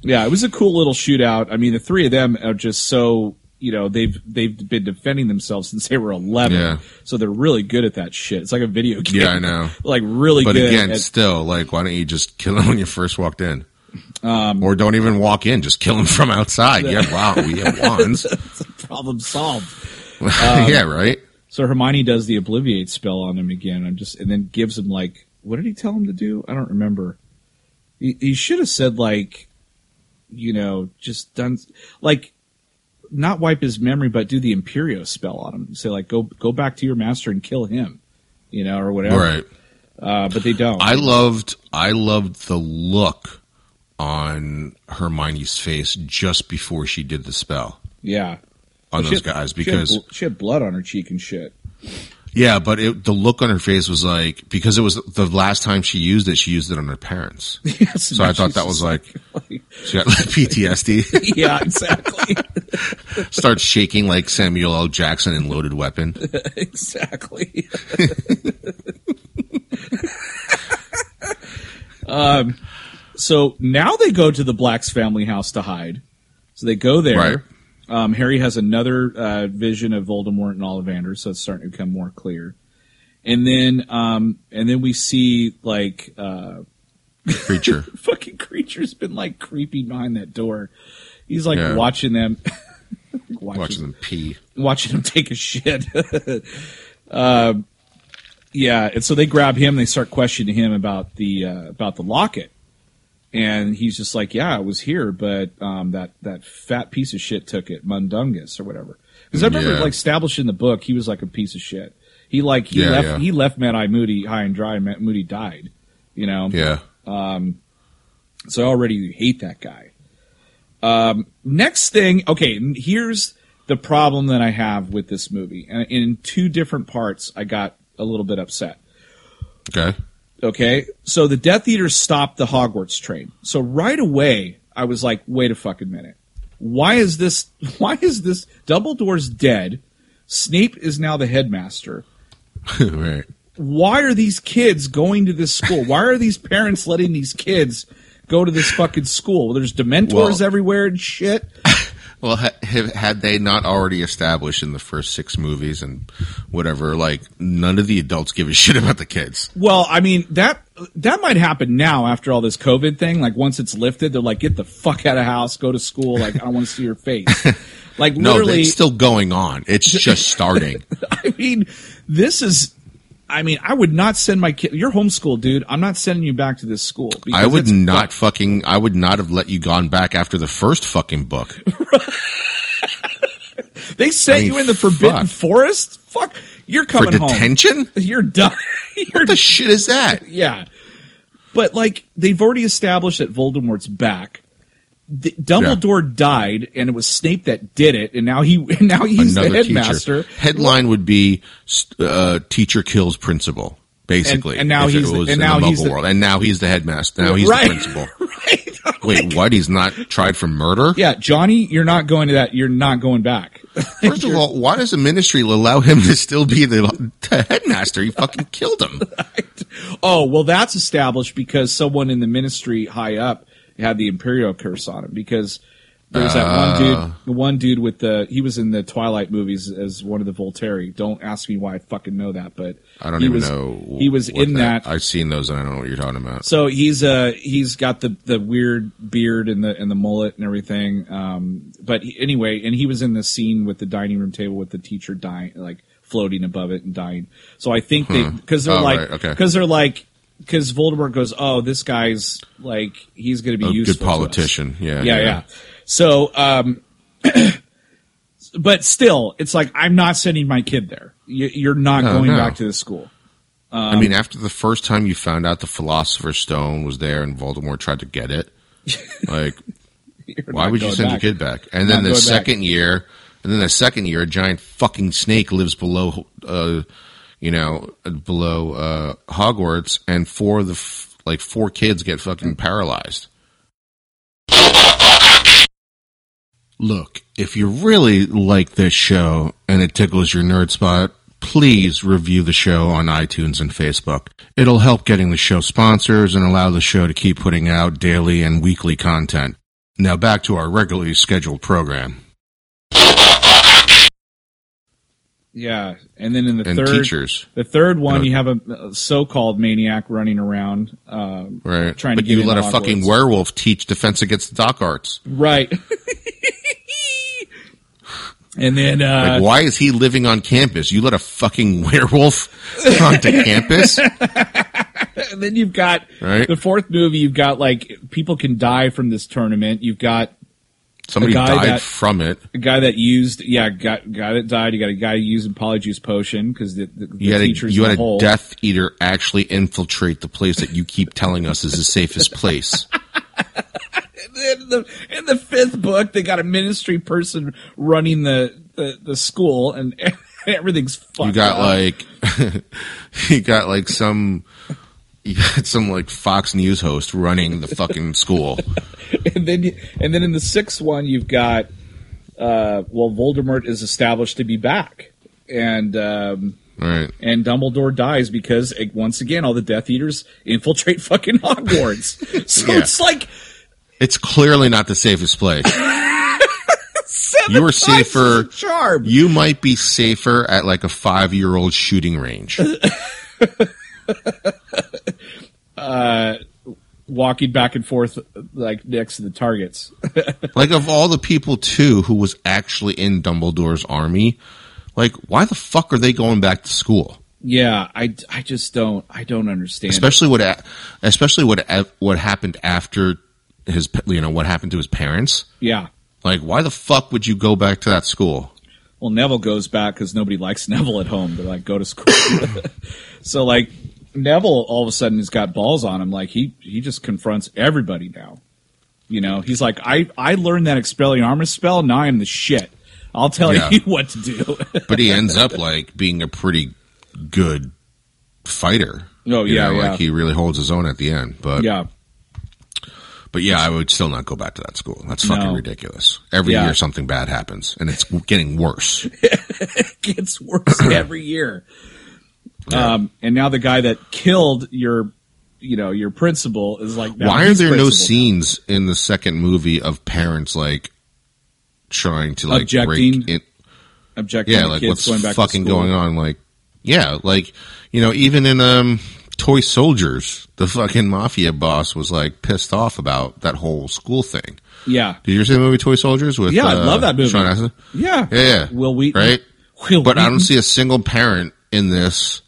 yeah. It was a cool little shootout. I mean, the three of them are just so you know they've they've been defending themselves since they were eleven.
Yeah.
So they're really good at that shit. It's like a video game.
Yeah, I know.
Like really
But
good.
again,
at-
still, like, why don't you just kill him when you first walked in? or don't even walk in, just kill him from outside. yeah, wow, we have wands.
problem solved.
yeah, right?
So Hermione does the obliviate spell on him again. I'm just and then gives him like what did he tell him to do? I don't remember. He, he should have said like, you know, just done like not wipe his memory, but do the Imperio spell on him. Say like go go back to your master and kill him, you know, or whatever.
All right.
Uh, but they don't.
I loved I loved the look on Hermione's face just before she did the spell
yeah,
on
She
those
had-
guys
she had
because
bl- she had blood on her cheek and shit.
yeah, but it, the look on her face was like because it was the last time she used it, she used it on her parents.
Yes,
So I thought that was like she got like PTSD.
yeah, exactly,
Starts shaking like Samuel L. Jackson in Loaded Weapon.
exactly. Um, So now they go to the Black's family house to hide. So they go there.
Right.
Um, Harry has another uh, vision of Voldemort and Ollivander, so it's starting to become more clear. And then, um, and then we see like uh,
Creature.
fucking creature's been like creeping behind that door. He's like
Yeah.
watching them,
Watching them pee.
watching him take a shit. um, yeah, and so they grab him. They start questioning him about the uh, about the uh, locket, and he's just like, "Yeah, I was here, but um, that that fat piece of shit took it, Mundungus or whatever." Because I remember,
Yeah.
like, established in the book, he was like a piece of shit. He like he
Yeah,
left
yeah.
he left Mad Eye Moody high and dry, and Mad Moody died. You know,
Yeah.
so I already hate that guy. Um, next thing, okay, n- here's the problem that I have with this movie, and in two different parts, I got a little bit upset.
Okay.
Okay. So the Death Eaters stopped the Hogwarts train. So right away, I was like, wait a fucking minute. Why is this, why is this, Dumbledore's dead. Snape is now the headmaster.
right.
Why are these kids going to this school? Why are these parents letting these kids go to this fucking school? There's Dementors
Well-
everywhere and shit.
Well, ha- have, had they not already established in the first six movies and whatever, like none of the adults give a shit about the kids.
Well, I mean, that, that might happen now after all this COVID thing. Like once it's lifted, they're like, get the fuck out of house, go to school. Like, I don't want to see your face. Like
No,
literally,
it's still going on. It's just starting.
I mean, this is. I mean, I would not send my kid. You're homeschooled, dude. I'm not sending you back to this school. because
I would
it's-
not fucking. I would not have let you gone back after the first fucking book.
They sent
I mean,
you in the Forbidden
fuck.
Forest. Fuck, you're
For
coming home.
detention?
You're done. You're
What the shit is that?
yeah. But like they've already established that Voldemort's back. D- Dumbledore died, and it was Snape that did it, and now he and now he's the headmaster.
teacher. Headline would be st- uh, "Teacher kills principal." Basically,
And- and now
if it
he's the-
was
and
in
now
the
he's
Muggle
the-
world, and now he's the headmaster. Now he's
Right.
the principal.
Right?
Wait, what? He's not tried for murder?
yeah, Johnny, you're not going to that. You're not going back.
First of all, why does the ministry allow him to still be the, the headmaster? He fucking killed him.
Oh, well, that's established because someone in the ministry high up had the Imperial curse on him because there was that
Ah.
one dude, the one dude with the, he was in the Twilight movies as one of the Volteri. Don't ask me why I fucking know that, but
I don't
he
even
was-
know.
He was
what
in that.
I've seen those, and I don't know what you're talking about.
so he's uh he's got the the weird beard and the and the mullet and everything. Um, but he- anyway, and he was in the scene with the dining room table with the teacher dying, like floating above it and dying. So I think they because they're
Oh,
like
right,
because
okay.
they're like because Voldemort goes, oh, this guy's like he's going to be
A
useful
good
to us."
politician. Yeah,
yeah, yeah. So, um, but still, it's like I'm not sending my kid there. You- You're not
Oh, No,
going
no.
back to the school.
I mean, after the first time you found out the Philosopher's Stone was there and Voldemort tried to get it, like,
You're
why
not
would you
going
send
back.
your kid back? And then
Not
the
going back.
second year, and then the second year, a giant fucking snake lives below, uh, you know, below uh, Hogwarts, and four of the f- like four kids get fucking paralyzed. Look, if you really like this show and it tickles your nerd spot, please review the show on iTunes and Facebook. It'll help getting the show sponsors and allow the show to keep putting out daily and weekly content. Now back to our regularly scheduled program.
Yeah, and then in the
And
third,
teachers,
the third one,
No.
you have a a so-called maniac running around. Um,
right?
Trying to
but
get
you
into
let a
Hogwarts.
fucking werewolf teach defense against the dark arts.
right. and then, uh,
Like, why is he living on campus? You let a fucking werewolf onto campus?
and then you've got
Right.
the fourth movie. You've got like people can die from this tournament. You've got
Somebody
guy
died
that-
from it.
a guy that used, yeah, got guy that died. You got a guy using polyjuice potion because the, the, the
You had a,
teachers
you
in the
had a
hole.
Death Eater actually infiltrate the place that you keep telling us is the safest place.
in the in the fifth book, they got a ministry person running the the, the school, and everything's fucked.
You got
up.
like, you got like some, you got some like Fox News host running the fucking school.
and then and then in the sixth one you've got uh, well Voldemort is established to be back and um,
Right.
and Dumbledore dies because eh, once again all the Death Eaters infiltrate fucking Hogwarts so
Yeah.
it's like
It's clearly not the safest place.
seven
You were
times
safer-
as a charm
You might be safer at like a five year old shooting range.
walking back and forth like next to the targets
Like of all the people too who was actually in Dumbledore's army, like why the fuck are they going back to school?
yeah, I, I just don't I don't understand. it.
especially what a- especially what a- what happened after his pa- you know what happened to his parents
Yeah.
like why the fuck would you go back to that school
Well, Neville goes back because nobody likes Neville at home. They're like, go to school. so like Neville all of a sudden has got balls on him. Like he he just confronts everybody now. You know, he's like, I I learned that Expelliarmus spell. Now I'm the shit. I'll tell
Yeah.
you what to do.
but he ends up like being a pretty good fighter
Oh,
You
yeah,
know,
yeah.
like he really holds his own at the end but
yeah,
but yeah i would still not go back to that school that's fucking
No.
ridiculous every
Yeah.
year something bad happens and it's getting worse
it gets worse every year. Um, and now the guy that killed your, you know, your principal is like, now
Why are
he's
there no
principal.
scenes in the second movie of parents like trying to like
Objecting?
break it?
Objecting
Yeah,
to
like
kids
what's
going back
fucking
to school.
going on? Like, yeah, like you know, even in um, Toy Soldiers, the fucking mafia boss was like pissed off about that whole school thing.
Yeah,
Did you ever see the movie Toy Soldiers? With
Yeah, I
uh,
love that movie.
Sean Astin?
yeah,
Yeah, yeah.
Will Wheaton,
right?
Will
But I
Wheaton?
don't see a single parent in this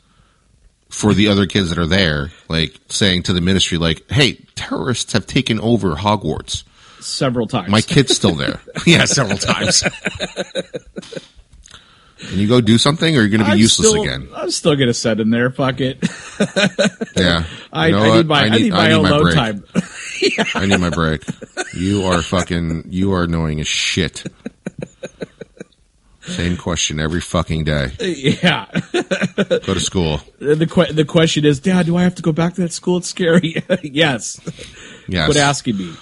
for the other kids that are there, like saying to the ministry, like, "Hey, terrorists have taken over Hogwarts."
several times.
My kid's still there. yeah, several times. and you go do something, or you're going to be
I'm
useless
still-
again.
I'm still gonna send him there. Fuck it.
Yeah.
I,
You know
I
what?
need my I need, my own load
break.
time.
I need my break. You are fucking. You are annoying as shit. Same question every fucking day.
yeah.
Go to school.
The que- the question is, Dad, do I have to go back to that school? It's scary. yes.
Yes,
Quit asking me,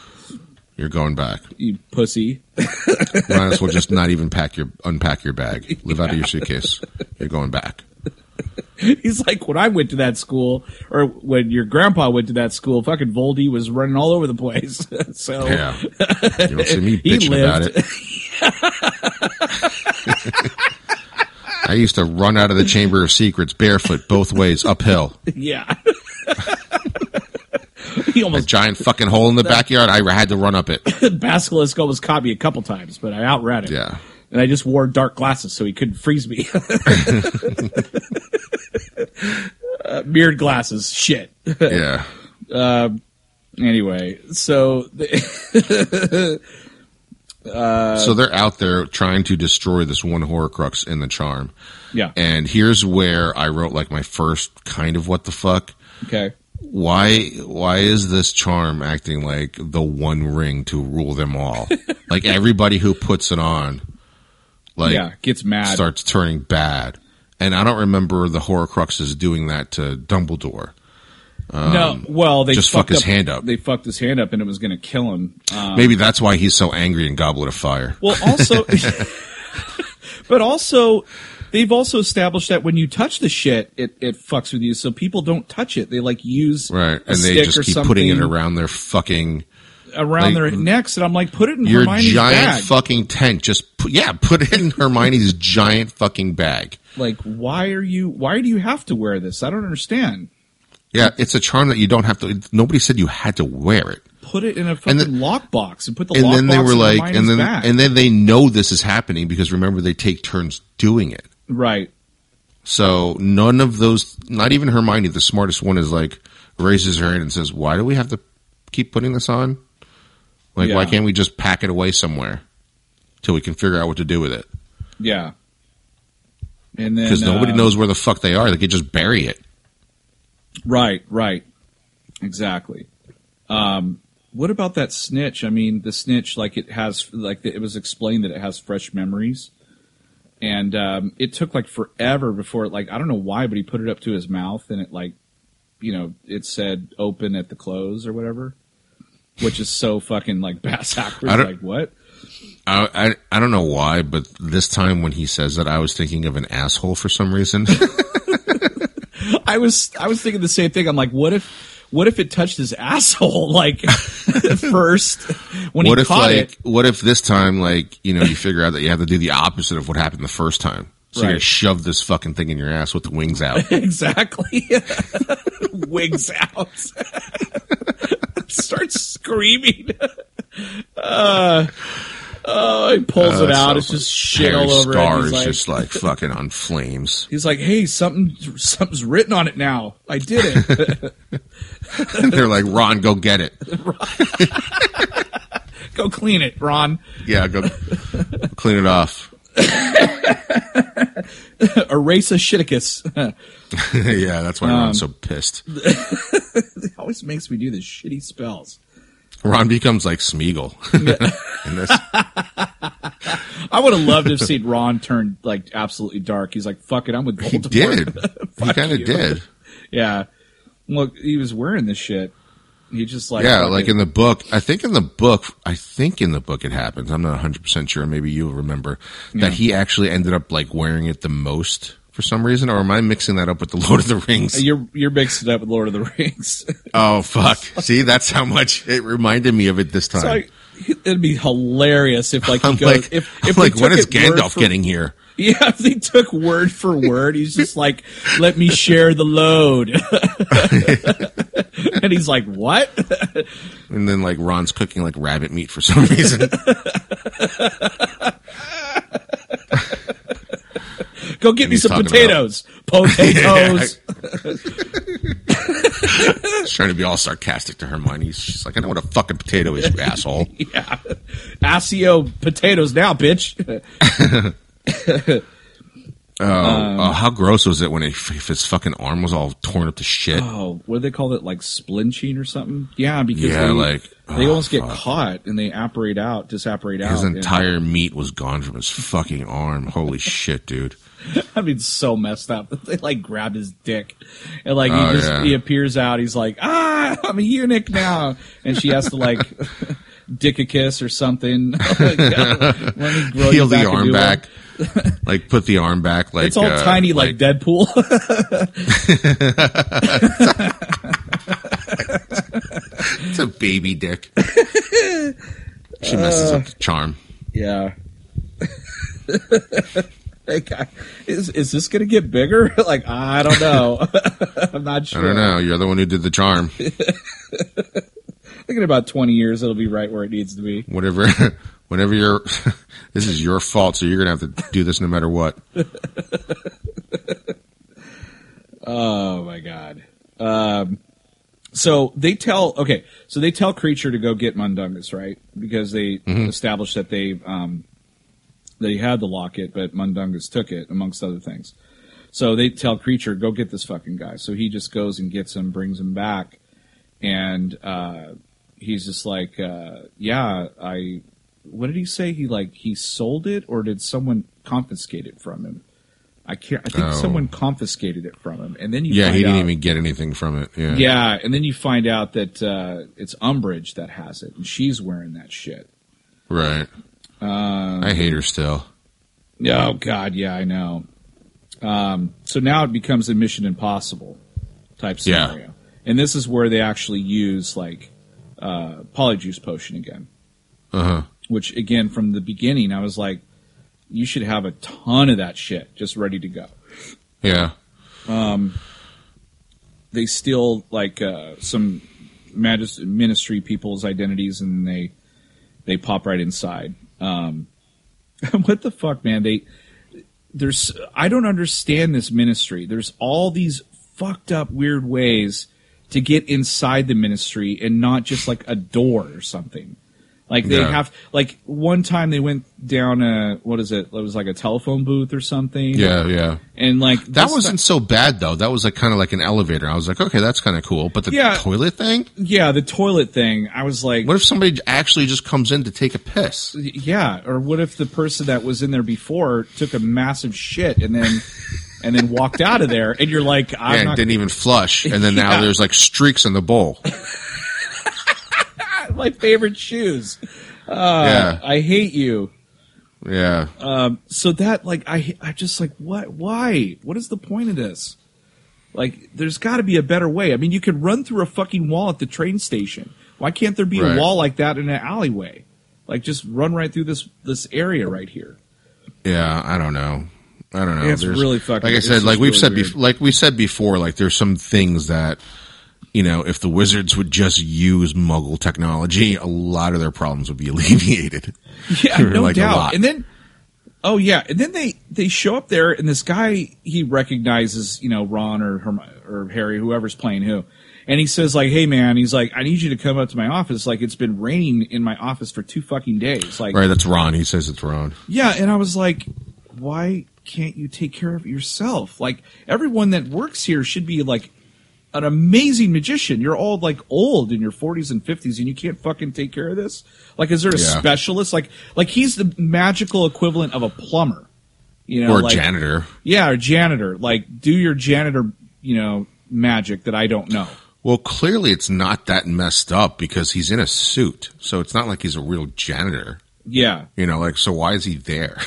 you're going back.
you pussy.
Might as well just not even pack your unpack your bag. Live out of your suitcase. You're going back.
He's like, when I went to that school, or when your grandpa went to that school, fucking Voldy was running all over the place. so
Yeah. You don't see me
He
bitching about
lived.
it. I used to run out of the Chamber of Secrets barefoot both ways uphill.
yeah. he
A
almost
giant fucking hole in the backyard. I had to run up it.
basilisk almost caught me a couple times, but I outran it.
Yeah.
and I just wore dark glasses so he couldn't freeze me. Uh, mirrored glasses, shit.
Yeah.
Anyway, so the,
So they're out there trying to destroy this one Horcrux in the charm.
yeah,
And here's where I wrote like my first kind of what the fuck.
okay,
why why is this charm acting like the one ring to rule them all? like everybody who puts it on like
yeah, gets mad.
starts turning bad. And I don't remember the Horcruxes doing that to Dumbledore.
no, well, they
um, just fuck
fucked
his hand up.
They fucked his hand up, and it was going to kill him. Um,
Maybe that's why he's so angry in Goblet of Fire.
well, also, but also, they've also established that when you touch the shit, it it fucks with you. So people don't touch it. They like use
Right.
a
And they
stick
just
or
keep putting it
something
around their fucking like,
around
mm,
their necks, and I'm like, put it in
your
Hermione's
giant
bag.
fucking tent. Just put, yeah, put it in Hermione's giant fucking bag.
like why are you why do you have to wear this i don't understand
Yeah, it's a charm that you don't have to nobody said you had to wear it.
put it in a fucking
then-
lockbox and put the
and
lockbox
then they were
in
like,
Hermione's
and then
back.
and then they know this is happening because remember they take turns doing it.
right
So none of those, not even Hermione, the smartest one, is like raises her hand and says, "Why do we have to keep putting this on? Like, why
Yeah.
can't we just pack it away somewhere till we can figure out what to do with it?
yeah and then
Because nobody
uh,
knows where the fuck they are. They could just bury it.
right right exactly um what about that snitch i mean the snitch like it has like it was explained that it has fresh memories and um it took like forever before it like i don't know why but he put it up to his mouth and it like you know it said open at the close or whatever which is so fucking like bass backwards
I don't-
like what
I, I I don't know why, but this time when he says that, I was thinking of an asshole for some reason.
I was I was thinking the same thing. I'm like, what if what if it touched his asshole like first when
what
he
if
caught
like
it?
what if this time like you know you figure out that you have to do the opposite of what happened the first time so you're gonna
Right.
shove this fucking thing in your ass with the wings out
Exactly. Wigs out. Starts screaming. Uh, Oh, he pulls it out. It's just shit
Harry's
all over
scar
it. He's
is
like,
just like fucking on flames.
he's like, hey, something, something's written on it now. I did it.
They're like, Ron, go get it.
Go clean it, Ron.
Yeah, go clean it off.
Erase a shiticus.
yeah, that's
Um,
why Ron's so pissed.
it always makes me do the shitty spells.
Ron becomes like Smeagol in this.
I would have loved to have seen Ron turn like absolutely dark. He's like, fuck it, I'm with Voldemort.
He did. he
Fuck
kind of
you.
did.
Yeah. Look, he was wearing this shit. He just like
Yeah, like in the book. I think in the book, I think in the book it happens. I'm not 100% sure. Maybe you'll remember that he actually ended up like wearing it the most for some reason. Or am I mixing that up with the Lord of the Rings?
you're you're mixing it up with Lord of the Rings.
Oh, fuck. See, that's how much it reminded me of it this time.
so I, it'd be hilarious if like he
I'm
goes
like,
if
I'm
if they
like when
took
is
it word
Gandalf
for-
getting here?
Yeah, if they took word for word, he's just like, "Let me share the load," and he's like, "What?"
And then like Ron's cooking like rabbit meat for some reason.
Go get me
he's
some
talking
potatoes. Potatoes.
She's trying to be all sarcastic to Hermione. She's like, I know what a fucking potato is, you asshole.
yeah. Asio potatoes now, bitch.
Oh, how gross was it when he, if his fucking arm was all torn up to shit?
Oh, what do they call it? Like splinching or something? Yeah, because
Yeah,
they,
like,
they
oh,
almost
fuck.
get caught and they apparate out, disapparate out.
his
and-
entire meat was gone from his fucking arm. Holy shit, dude.
I mean, so messed up. They like grabbed his dick, and like he
Oh,
just
yeah.
he appears out. He's like, ah, I'm a eunuch now, and she has to like dick a kiss or something. Like, "Oh, Let me grow
Peel
you back
the
a
arm
new one.
back. like put the arm back like
It's all
uh,
tiny, like, Deadpool.
it's a baby dick. she messes up the
Uh,
charm.
yeah. like, I- is is this gonna get bigger? like, I don't know. I'm not sure.
I don't know. You're the one who did the charm.
I think in about 20 years, it'll be right where it needs to be.
whatever whenever you're this is your fault so you're gonna have to do this no matter what
Oh my god. Um, so they tell okay, so they tell creature to go get Mundungus, right? Because they established that they um, they had the locket, but Mundungus took it, amongst other things. So they tell creature go get this fucking guy. So he just goes and gets him, brings him back, and uh, he's just like, uh, yeah, I. What did he say? He like he sold it, or did someone confiscate it from him? I can't. I think
Oh.
someone confiscated it from him, and then you
yeah
find
he didn't
out-
even get anything from it yeah
uh, yeah, and then you find out that uh, it's Umbridge that has it, and she's wearing that shit.
right
Uh,
i hate her still
Oh God, yeah, I know. Um, so now it becomes a Mission Impossible type
Yeah.
scenario, and this is where they actually use like uh, Polyjuice Potion again.
uh-huh
Which again, from the beginning, I was like, you should have a ton of that shit just ready to go.
yeah
they steal like uh, some magis- ministry people's identities and they they pop right inside. Um, what the fuck, man? They there's I don't understand this ministry. There's all these fucked up weird ways to get inside the ministry and not just like a door or something. Like they
Yeah.
have like one time they went down a what is it? It was like a telephone booth or something.
yeah yeah
and like
that
this-
wasn't so bad though that was like kind of like an elevator i was like okay that's kind of cool but the
Yeah.
toilet thing
yeah the toilet thing. I was like,
what if somebody actually just comes in to take a piss
yeah or what if the person that was in there before took a massive shit and then and then walked out of there and you're like i'm
and
not
didn't even flush and then now
Yeah.
there's like streaks in the bowl
my favorite shoes
yeah
i hate you
yeah
so that like i i just like what why what is the point of this like there's got to be a better way i mean you could run through a fucking wall at the train station why can't there be
Right.
a wall like that in an alleyway like just run right through this this area right here
Yeah, I don't know. I don't know.
It's
There's-
really fucking-
Like I
it's
said,
just
like we've
really
said,
weird.
bef- like we said before, like there's some things that you know, if the wizards would just use muggle technology, a lot of their problems would be alleviated.
Yeah,
Or,
no
like, a
doubt.
lot.
And then, oh yeah, and then they they show up there, and this guy he recognizes, you know, Ron or Herm- or Harry, whoever's playing who, and he says like, "Hey man," he's like, "I need you to come up to my office. Like, it's been raining in my office for two fucking days. Like,
Right? That's Ron. He says it's Ron.
yeah." And I was like, "Why can't you take care of it yourself? Like, everyone that works here should be like." An amazing magician. You're all like old in your 40s and 50s, and you can't fucking take care of this. Like, is there a
Yeah.
specialist? Like, like he's the magical equivalent of a plumber, you know,
or
like,
janitor.
Yeah, or janitor. Like, do your janitor, you know, magic that I don't know.
Well, clearly it's not that messed up because he's in a suit. So it's not like he's a real janitor.
Yeah,
You know, like, so why is he there?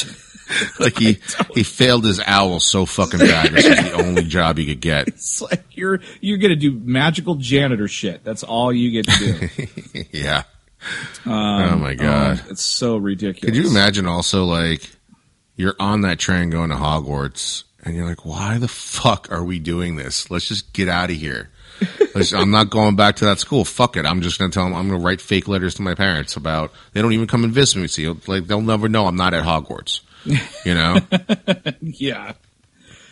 like, he, he failed his owl so fucking bad. This is the only job he could get.
it's like you're you're gonna do magical janitor shit. That's all you get to do.
Yeah. oh my God.
Um, it's so ridiculous.
Could you imagine also, like, you're on that train going to Hogwarts and you're like, why the fuck are we doing this? Let's just get out of here. Let's- I'm not going back to that school. Fuck it. I'm just going to tell them I'm going to write fake letters to my parents about they don't even come and visit me. So like, they'll never know I'm not at Hogwarts. You know,
Yeah.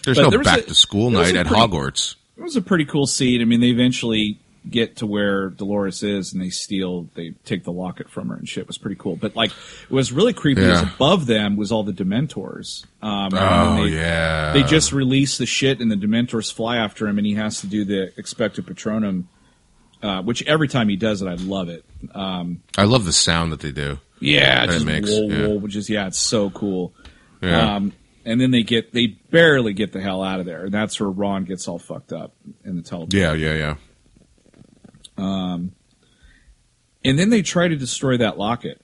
there's
But
no
there was a-
back to school
there was
night
a
at
pretty-
Hogwarts.
It was a pretty cool scene. I mean, they eventually get to where Dolores is and they steal, they take the locket from her and shit. It was pretty cool. But like, what was really creepy is
Yeah.
above them was all the Dementors. Um, and
Oh,
they,
yeah.
They just release the shit and the Dementors fly after him and he has to do the expected Patronum, uh, which every time he does it, I love it.
I love the sound that they do.
Yeah,
That
it's
it
just
makes,
whoa,
yeah.
whoa, which is yeah, it's so cool.
Yeah.
Um, and then they get they barely get the hell out of there, and that's where Ron gets all fucked up in the television.
yeah, yeah, yeah.
And then they try to destroy that locket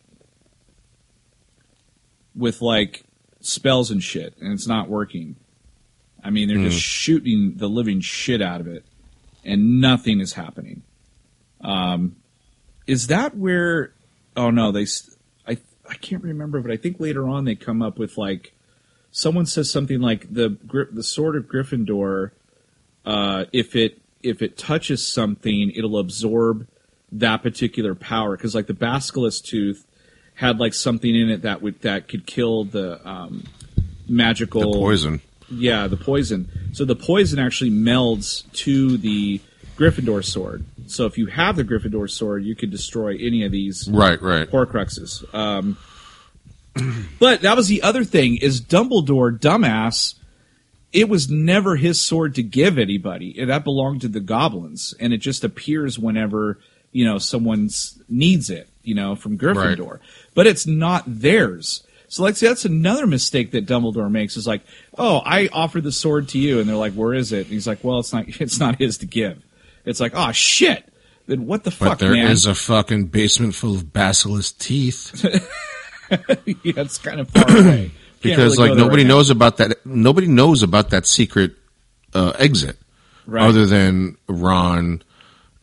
with like spells and shit, and it's not working. I mean, they're just shooting the living shit out of it, and nothing is happening. Um, is that where? Oh no, they. s- I I can't remember, but I think later on they come up with like someone says something like the Gry- the sword of Gryffindor. Uh, if it if it touches something, it'll absorb that particular power because like the basilisk tooth had like something in it that would that could kill the um, magical
The poison.
yeah, the poison. So the poison actually melds to the Gryffindor sword. So if you have the Gryffindor sword, you could destroy any of these
Right, right.
Horcruxes. Um, but that was the other thing is Dumbledore, dumbass. It was never his sword to give anybody. And That belonged to the goblins, and it just appears whenever you know someone s- needs it. You know, from Gryffindor, but it's not theirs. So, like, see, that's another mistake that Dumbledore makes. Is like, oh, I offered the sword to you, and they're like, where is it? And he's like, well, it's not, it's not his to give. It's like, oh shit. Then what the
But
fuck,
there is
man?
a fucking basement full of basilisk teeth.
yeah, it's kind of far away. Can't
because
really go
like
there
nobody
right now.
knows about that nobody knows about that secret uh, exit
Right.
other than Ron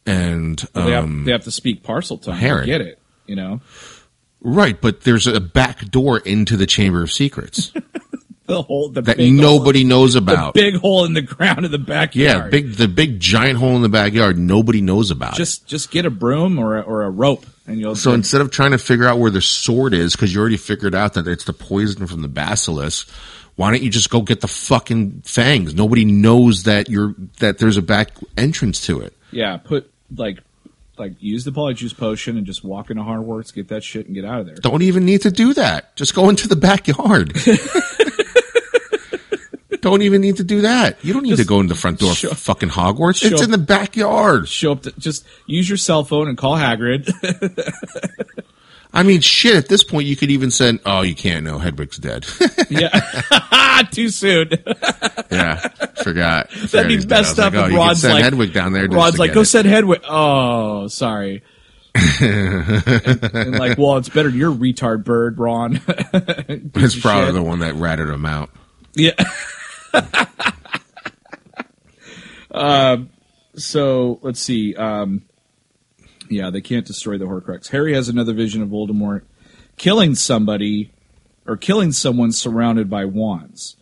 and
they, have,
um,
they have to speak parcel tongue.
Harry.
to Get it? You know,
right but there's a back door into the chamber of secrets
the whole the
that
big
nobody knows
hole, the
about
big hole in the ground in the backyard.
yeah big the big giant hole in the backyard nobody knows about it.
Just just get a broom or a, or a rope, and you'll.
so instead of trying to figure out where the sword is because you already figured out that it's the poison from the basilisk why don't you just go get the fucking fangs nobody knows that you're that there's a back entrance to it
yeah, put like like use the polyjuice potion and just walk into Hogwarts, get that shit, and get out of there.
don't even need to do that. Just go into the backyard. don't even need to do that. You don't need to go in the front door of
show-
fucking Hogwarts. it's
show-
in the backyard.
Show up to just use your cell phone and call Hagrid.
I mean, shit, at this point, you could even send, oh, you can't know Hedwig's dead.
yeah, too soon.
yeah, forgot.
That'd be messed
Like,
up. if
oh, you could
Ron's
send
like
Hedwig down there. just
Ron's
to
like,
get
go
it."
send Hedwig. Oh, sorry. and, and like, well, it's better than your retard bird, Ron.
It's probably
shit.
the one that ratted him out.
yeah. um. Um, So let's see. Um. Yeah, they can't destroy the Horcrux. Harry has another vision of Voldemort killing somebody or killing someone surrounded by wands,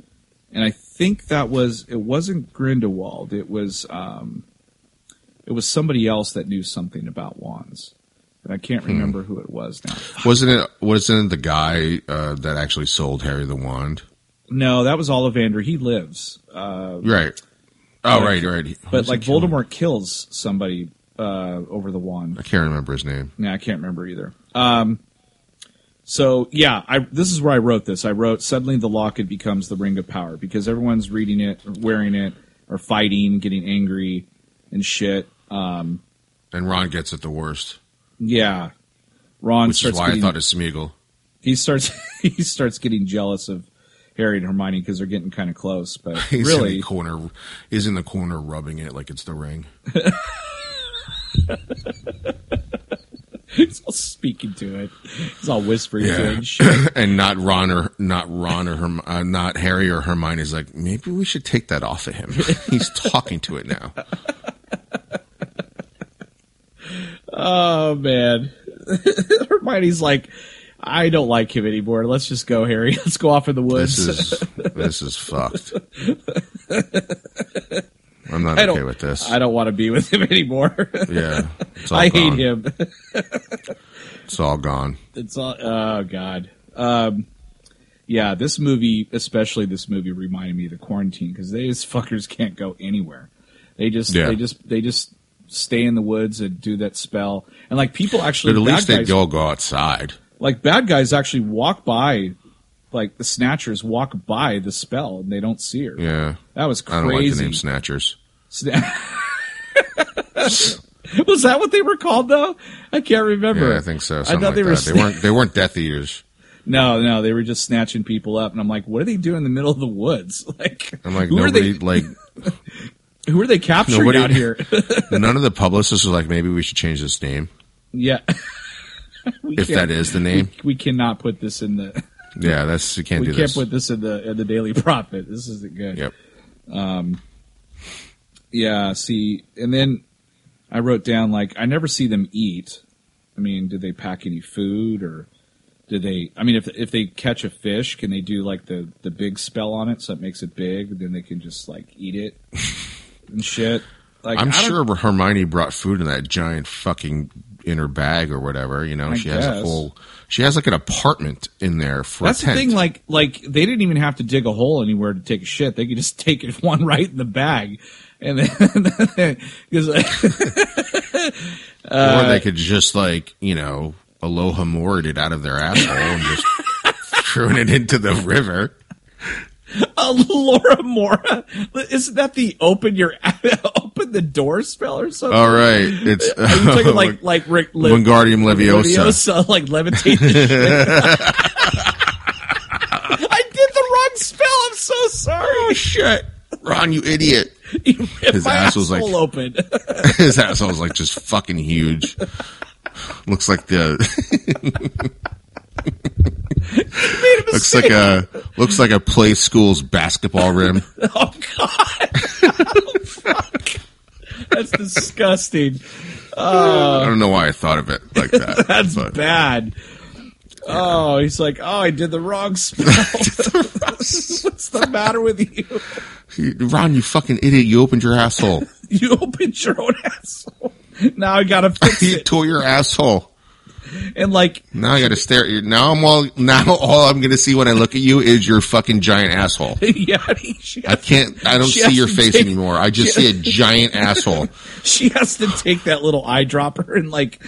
and I think that was it wasn't Grindelwald. It was um. It was somebody else that knew something about wands, and I can't remember who it was now.
Wasn't it? Wasn't it the guy uh, that actually sold Harry the wand?
No, that was Ollivander. He lives, uh,
Right. Oh, right, right. Who
but
was
like
he killing?
Voldemort kills somebody uh, over the wand.
I can't remember his name.
Yeah, I can't remember either. Um, so yeah, I this is where I wrote this. I wrote suddenly the locket becomes the ring of power because everyone's reading it, or wearing it, or fighting, getting angry, and shit. Um,
And Ron gets it the worst,
yeah, Ron
which is
starts
why
getting,
I thought it's Smeagol.
he starts he starts getting jealous of Harry and Hermione because they're getting kind of close. But
He's in
really,
the corner. He's in the corner rubbing it like it's the ring.
he's all speaking to it. He's all whispering to it.
Yeah.
And shit.
and not Ron or not Ron or Herm, uh, not Harry or Hermione is like maybe we should take that off of him. He's talking to it now.
Oh man, Hermione's like, I don't like him anymore. Let's just go, Harry. Let's go off in the woods.
This is this is fucked. I'm not
I
okay
don't.
with this.
I don't want to be with him anymore.
yeah, it's all
I hate
gone.
him.
It's all gone.
It's all. Oh god. Um, yeah, this movie, especially this movie, reminded me of the quarantine because these fuckers can't go anywhere. They just,
Yeah.
they just, they just stay in the woods and do that spell. And like people actually,
But at
bad
least they
guys-
all go outside.
like bad guys actually walk by like the snatchers walk by the spell and they don't see her
Yeah,
that was
I don't like the
crazy
name Snatchers.
Sna- was that what they were called though i can't remember
Yeah, I think so. Something
thought
like
they
that.
were
they weren't. They weren't Death Eaters.
no no they were just snatching people up and i'm like what do they do in the middle of the woods like
I'm like
who
nobody.
are they
Like
who are they capturing
nobody-
out here
none of the publicists were like maybe we should change this name
yeah we
if
can't-
that is the name.
we cannot put this in the
Yeah, that's you can't
we
do
can't
this.
put this in the in the daily profit this isn't good Um,
Yep.
Yeah, see, and then I wrote down like I never see them eat. I mean, did they pack any food or did they? I mean, if if they catch a fish, can they do like the the big spell on it so it makes it big? Then they can just like eat it and shit. Like
I'm
I don't-
sure Hermione brought food in that giant fucking inner bag or whatever. You know,
I
she has a
guess.
whole. She has like an apartment in there for
that's
a tent.
the thing. Like like they didn't even have to dig a hole anywhere to take a shit. They could just take it one right in the bag, and then because
or
uh,
they could just like you know aloha moored it out of their asshole and just throwing it into the river.
Uh, Laura Mora. Isn't that the open your open the door spell or something?
All right, it's
Are you talking like like Rick Le-
Wingardium Leviosa.
Leviosa, like levitate? the shit? I did the wrong spell. I'm so sorry. Oh shit!
Ron, you idiot!
You ripped
His
my
ass was
asshole
like-
open.
His asshole's like just fucking huge. Looks like the
Made a
looks like
mistake.
a looks like a play school's basketball rim.
Oh god! Oh, fuck. That's disgusting.
I don't know why I thought of it like that.
That's
but-
bad. Oh, he's like, oh, I did the wrong spell. What's the matter with you?
Ron, you fucking idiot! You opened your asshole.
You opened your own asshole. Now I gotta fix
you
it.
tore your asshole.
And like,
Now I got to stare at you. Now I'm all. Now all I'm going to see when I look at you is your fucking giant asshole.
yeah, she
I
has,
can't. I don't
She
see
has
your
to
face
take-
anymore. I just see a giant asshole.
she has to take that little eyedropper and like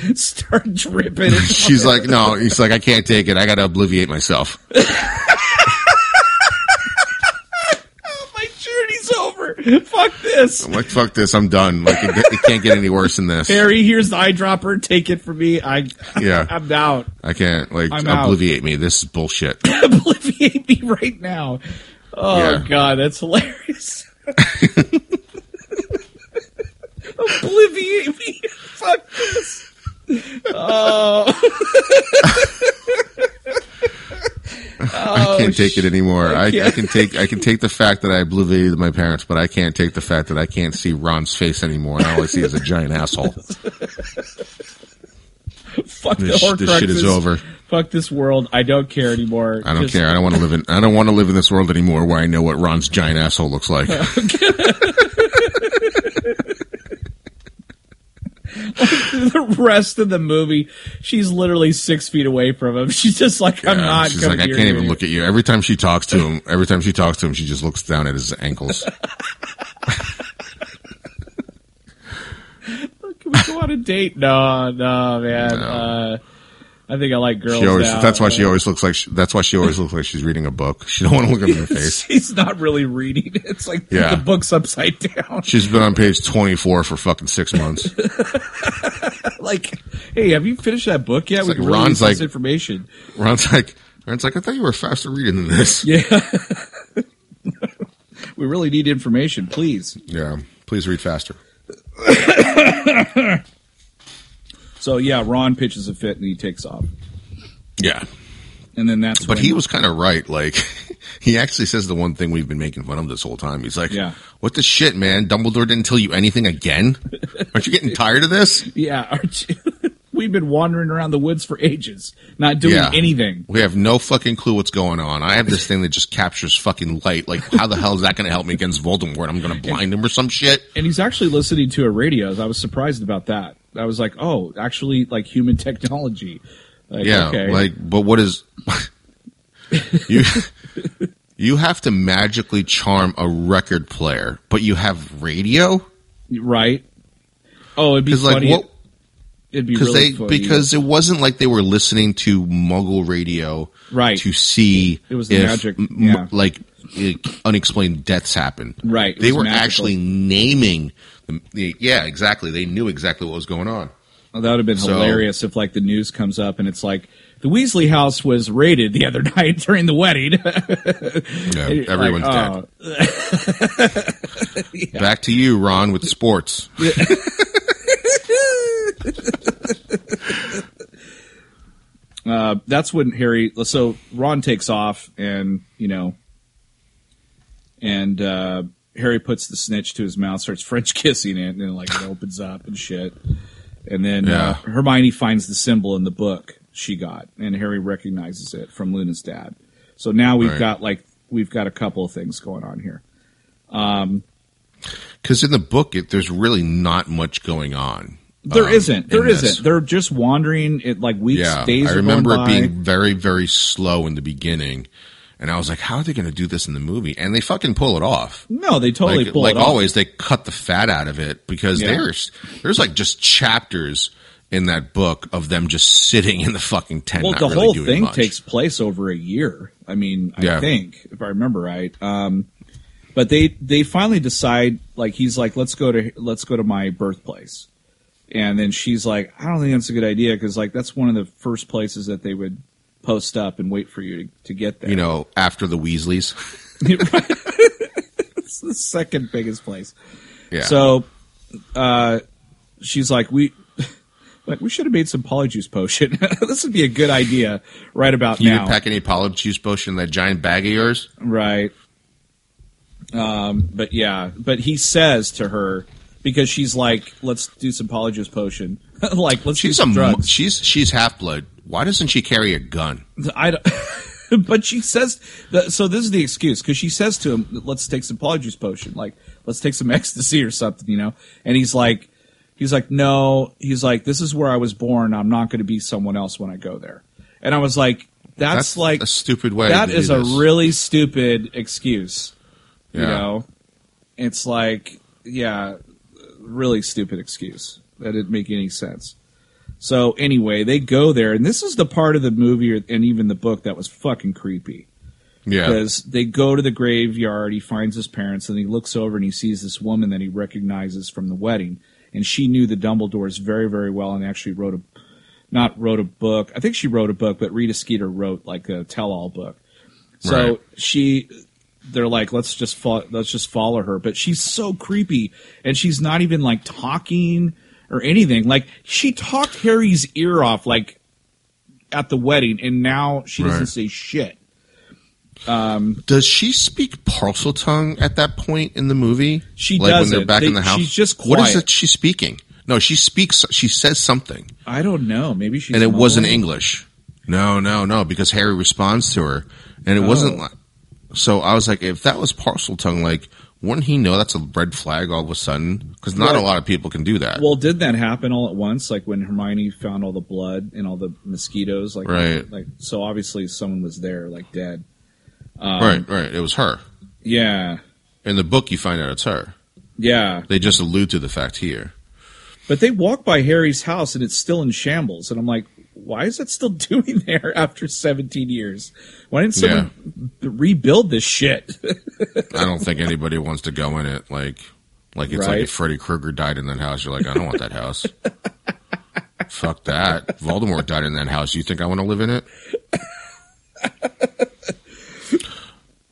start dripping. it.
She's like, no. He's like, I can't take it. I got to obliviate myself.
Oh, My journey's over. Fuck this.
I'm like, fuck this. I'm done. Like, it, it can't get any worse than this.
Harry, here's the eyedropper. Take it from me. I,
Yeah.
I'm out.
I can't. Like,
I'm out.
obliviate me. This is bullshit.
Obliviate me right now. Oh
Yeah.
god, that's hilarious. Obliviate me. Fuck this.
I can't take it anymore. I, I,
can't.
can take. I can take the fact that I obliviated my parents, but I can't take the fact that I can't see Ron's face anymore. And all I see is a giant asshole.
Fuck
This,
the
sh-
Horcruxes.
this shit is over.
Fuck this world. I don't care anymore.
I don't
Just-
care. I don't want to live in. I don't want to live in this world anymore where I know what Ron's giant asshole looks like.
the rest of the movie, she's literally six feet away from him. She's just like, I'm
Yeah,
not.
she's
coming
like, I
near
can't
you."
even look at you. Every time she talks to him, every time she talks to him, she just looks down at his ankles.
Can we go on a date? No, no, man.
No.
Uh, I think I like girls.
She always,
now.
that's why she always looks like she, that's why she always looks like she's reading a book. She don't want to look in your face.
She's not really reading. It's like
Yeah.
the book's upside down.
She's been on page twenty four for fucking six months.
like, hey, have you finished that book yet?
It's
We
like
can really
Ron's
use this
like-
information.
Ron's like, Ron's like, I thought you were faster reading than this. Yeah.
We really need information, please.
Please read faster.
So yeah, Ron pitches a fit and he takes off,
Yeah.
and then that's
But
when-
he was kind of right. Like, he actually says the one thing we've been making fun of this whole time. He's like,
Yeah.
What the shit, man? Dumbledore didn't tell you anything again? Aren't you getting tired of this?
yeah. aren't you- We've been wandering around the woods for ages, not doing
Yeah.
anything.
We have no fucking clue what's going on. I have this thing that just captures fucking light. Like, how the hell is that going to help me against Voldemort? I'm going to blind him or some shit.
And he's actually listening to a radio. I was surprised about that. I was like, oh, actually, like human technology. Like,
Yeah,
okay.
like, but what is you? You have to magically charm a record player, but you have radio.
right? Oh, it'd be
Because like
funny.
what?
it'd be
Because
really
they
funny.
because it wasn't like they were listening to Muggle radio,
Right.
To see
It was the
if,
magic,
m-
yeah.
like i- unexplained deaths happen.
Right, it
They
was
were
magical.
actually naming. The, the- yeah, exactly. They knew exactly what was going on.
Oh, that would have been
So-
hilarious if like the news comes up and it's like the Weasley house was raided the other night during the wedding.
Yeah, everyone's
Like, oh,
dead. Back to you, Ron, with sports.
uh, that's when Harry. So Ron takes off, and you know, and uh, Harry puts the snitch to his mouth, starts French kissing it, and then, like it opens up and shit. And then uh, Hermione finds the symbol in the book she got, and Harry recognizes it from Luna's dad. So now we've
Right.
got like we've got a couple of things going on here.
Because in the book, it, there's really not much going on.
There
um, in
not There
this.
not They're just wandering. It like weeks,
Yeah,
days.
I
are
remember
going
it
by.
being very, very slow in the beginning, and I was like, "How are they going to do this in the movie?" And they fucking pull it off.
no. They totally
like
pull
like
it off.
always, they cut the fat out of it because
Yeah.
there's there's like just chapters in that book of them just sitting in the fucking tent.
Well,
not
the
really
whole
doing
thing
much.
takes place over a year. I mean, I
Yeah.
think if I remember right. Um, but they they finally decide. Like he's like, let's go to let's go to my birthplace, and then she's like, I don't think that's a good idea because like that's one of the first places that they would post up and wait for you to, to get there.
you know after the Weasleys.
it's the second biggest place.
Yeah.
So uh, she's like, we like we should have made some polyjuice potion. this would be a good idea right about
you
now,
didn't pack any polyp juice potion in that giant bag of yours.
right? Um, but yeah, but he says to her because she's like, let's do some polyjuice potion. like let's do
She's a
some
mo-
drugs.
she's she's half blood. Why doesn't she carry a gun?
I don't. But she says, that, so this is the excuse because she says to him, "Let's take some polyjuice potion, like let's take some ecstasy or something," you know. And he's like, he's like, no, he's like, this is where I was born. I'm not going to be someone else when I go there. And I was like, that's,
That's
like
a stupid way.
that
to
is
do
a
this.
really stupid excuse. You
Yeah.
know, it's like, yeah, really stupid excuse. That didn't make any sense. So anyway, they go there, and this is the part of the movie or- and even the book that was fucking creepy
yeah.
because they go to the graveyard. He finds his parents, and he looks over and he sees this woman that he recognizes from the wedding, and she knew the Dumbledores very, very well, and actually wrote a not wrote a book. I think she wrote a book, but Rita Skeeter wrote like a tell-all book. So
Right.
she, they're like, let's just fo- let's just follow her, but she's so creepy, and she's not even like talking or anything. Like she talked Harry's ear off, like at the wedding, and now she doesn't
Right.
say shit.
Does she speak parcel tongue at that point in the movie?
She
like when they're
doesn't.
back
They-
in the house.
she's just
What is
quiet.
it she's speaking? No, she speaks. She says something,
I don't know. Maybe she's
and it wasn't
mumbling.
English. No, no, no, because Harry responds to her, and it
Oh.
wasn't like. So I was like, if that was parcel tongue, like, wouldn't he know that's a red flag all of a sudden? Because not a
Well-
lot of people can do that.
Well, did that happen all at once? Like when Hermione found all the blood and all the mosquitoes, like
Right.
like so obviously someone was there, like dead. Um,
right, right. It was her.
Yeah,
In the book, you find out it's her.
yeah.
They just allude to the fact here.
But they walk by Harry's house and it's still in shambles, and I'm like, why is it still doing there after 17 years? Why didn't someone b- rebuild this shit?
I don't think anybody wants to go in it. Like, like it's like
Right.
if Freddy Krueger died in that house, you're like, I don't want that house. Fuck that. Voldemort died in that house. You think I want to live in it?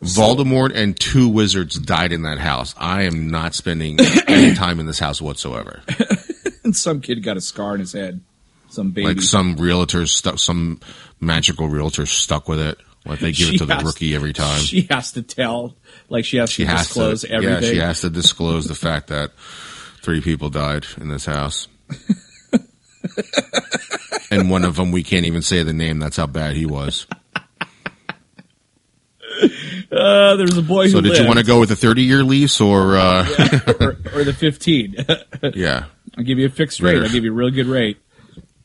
Voldemort and two wizards died in that house. I am not spending any time in this house whatsoever.
and some kid got a scar in his head. Some baby.
Like some realtors stuck, some magical realtors stuck with it. Like they give
She
it to the
has-
rookie every time.
She has to tell, like she has
she
to
has
disclose
to,
everything.
Yeah, she has to disclose the fact that three people died in this house, and one of them we can't even say the name. That's how bad he was.
Uh, there's a boy
So,
who
did you want to
lived, Oh,
go with a thirty-year lease or uh,
or, or the 15?
yeah,
I'll give you a fixed rate.
Better.
I'll give you a real good rate.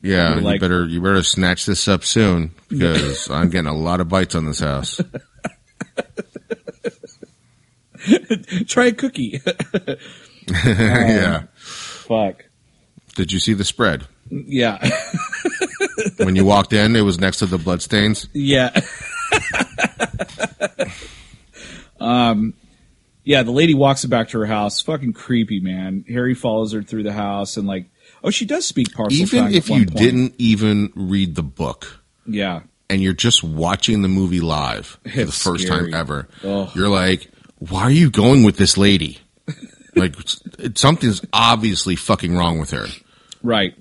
yeah?
You're
You
like-
better you better snatch this up soon because I'm getting a lot of bites on this house.
Try a cookie.
yeah.
Fuck.
Did you see the spread
Yeah.
when you walked in? It was next to the bloodstains.
Yeah. um, Um, yeah, the lady walks back to her house. Fucking creepy, man. Harry follows her through the house and like, oh, she does speak parcel
Even
tongue at
if
one
you
point.
didn't even read the book.
Yeah.
and you're just watching the movie live for the
It's
first
scary.
time ever,
Ugh.
you're like, why are you going with this lady? like s- it- something's obviously fucking wrong with her.
Right.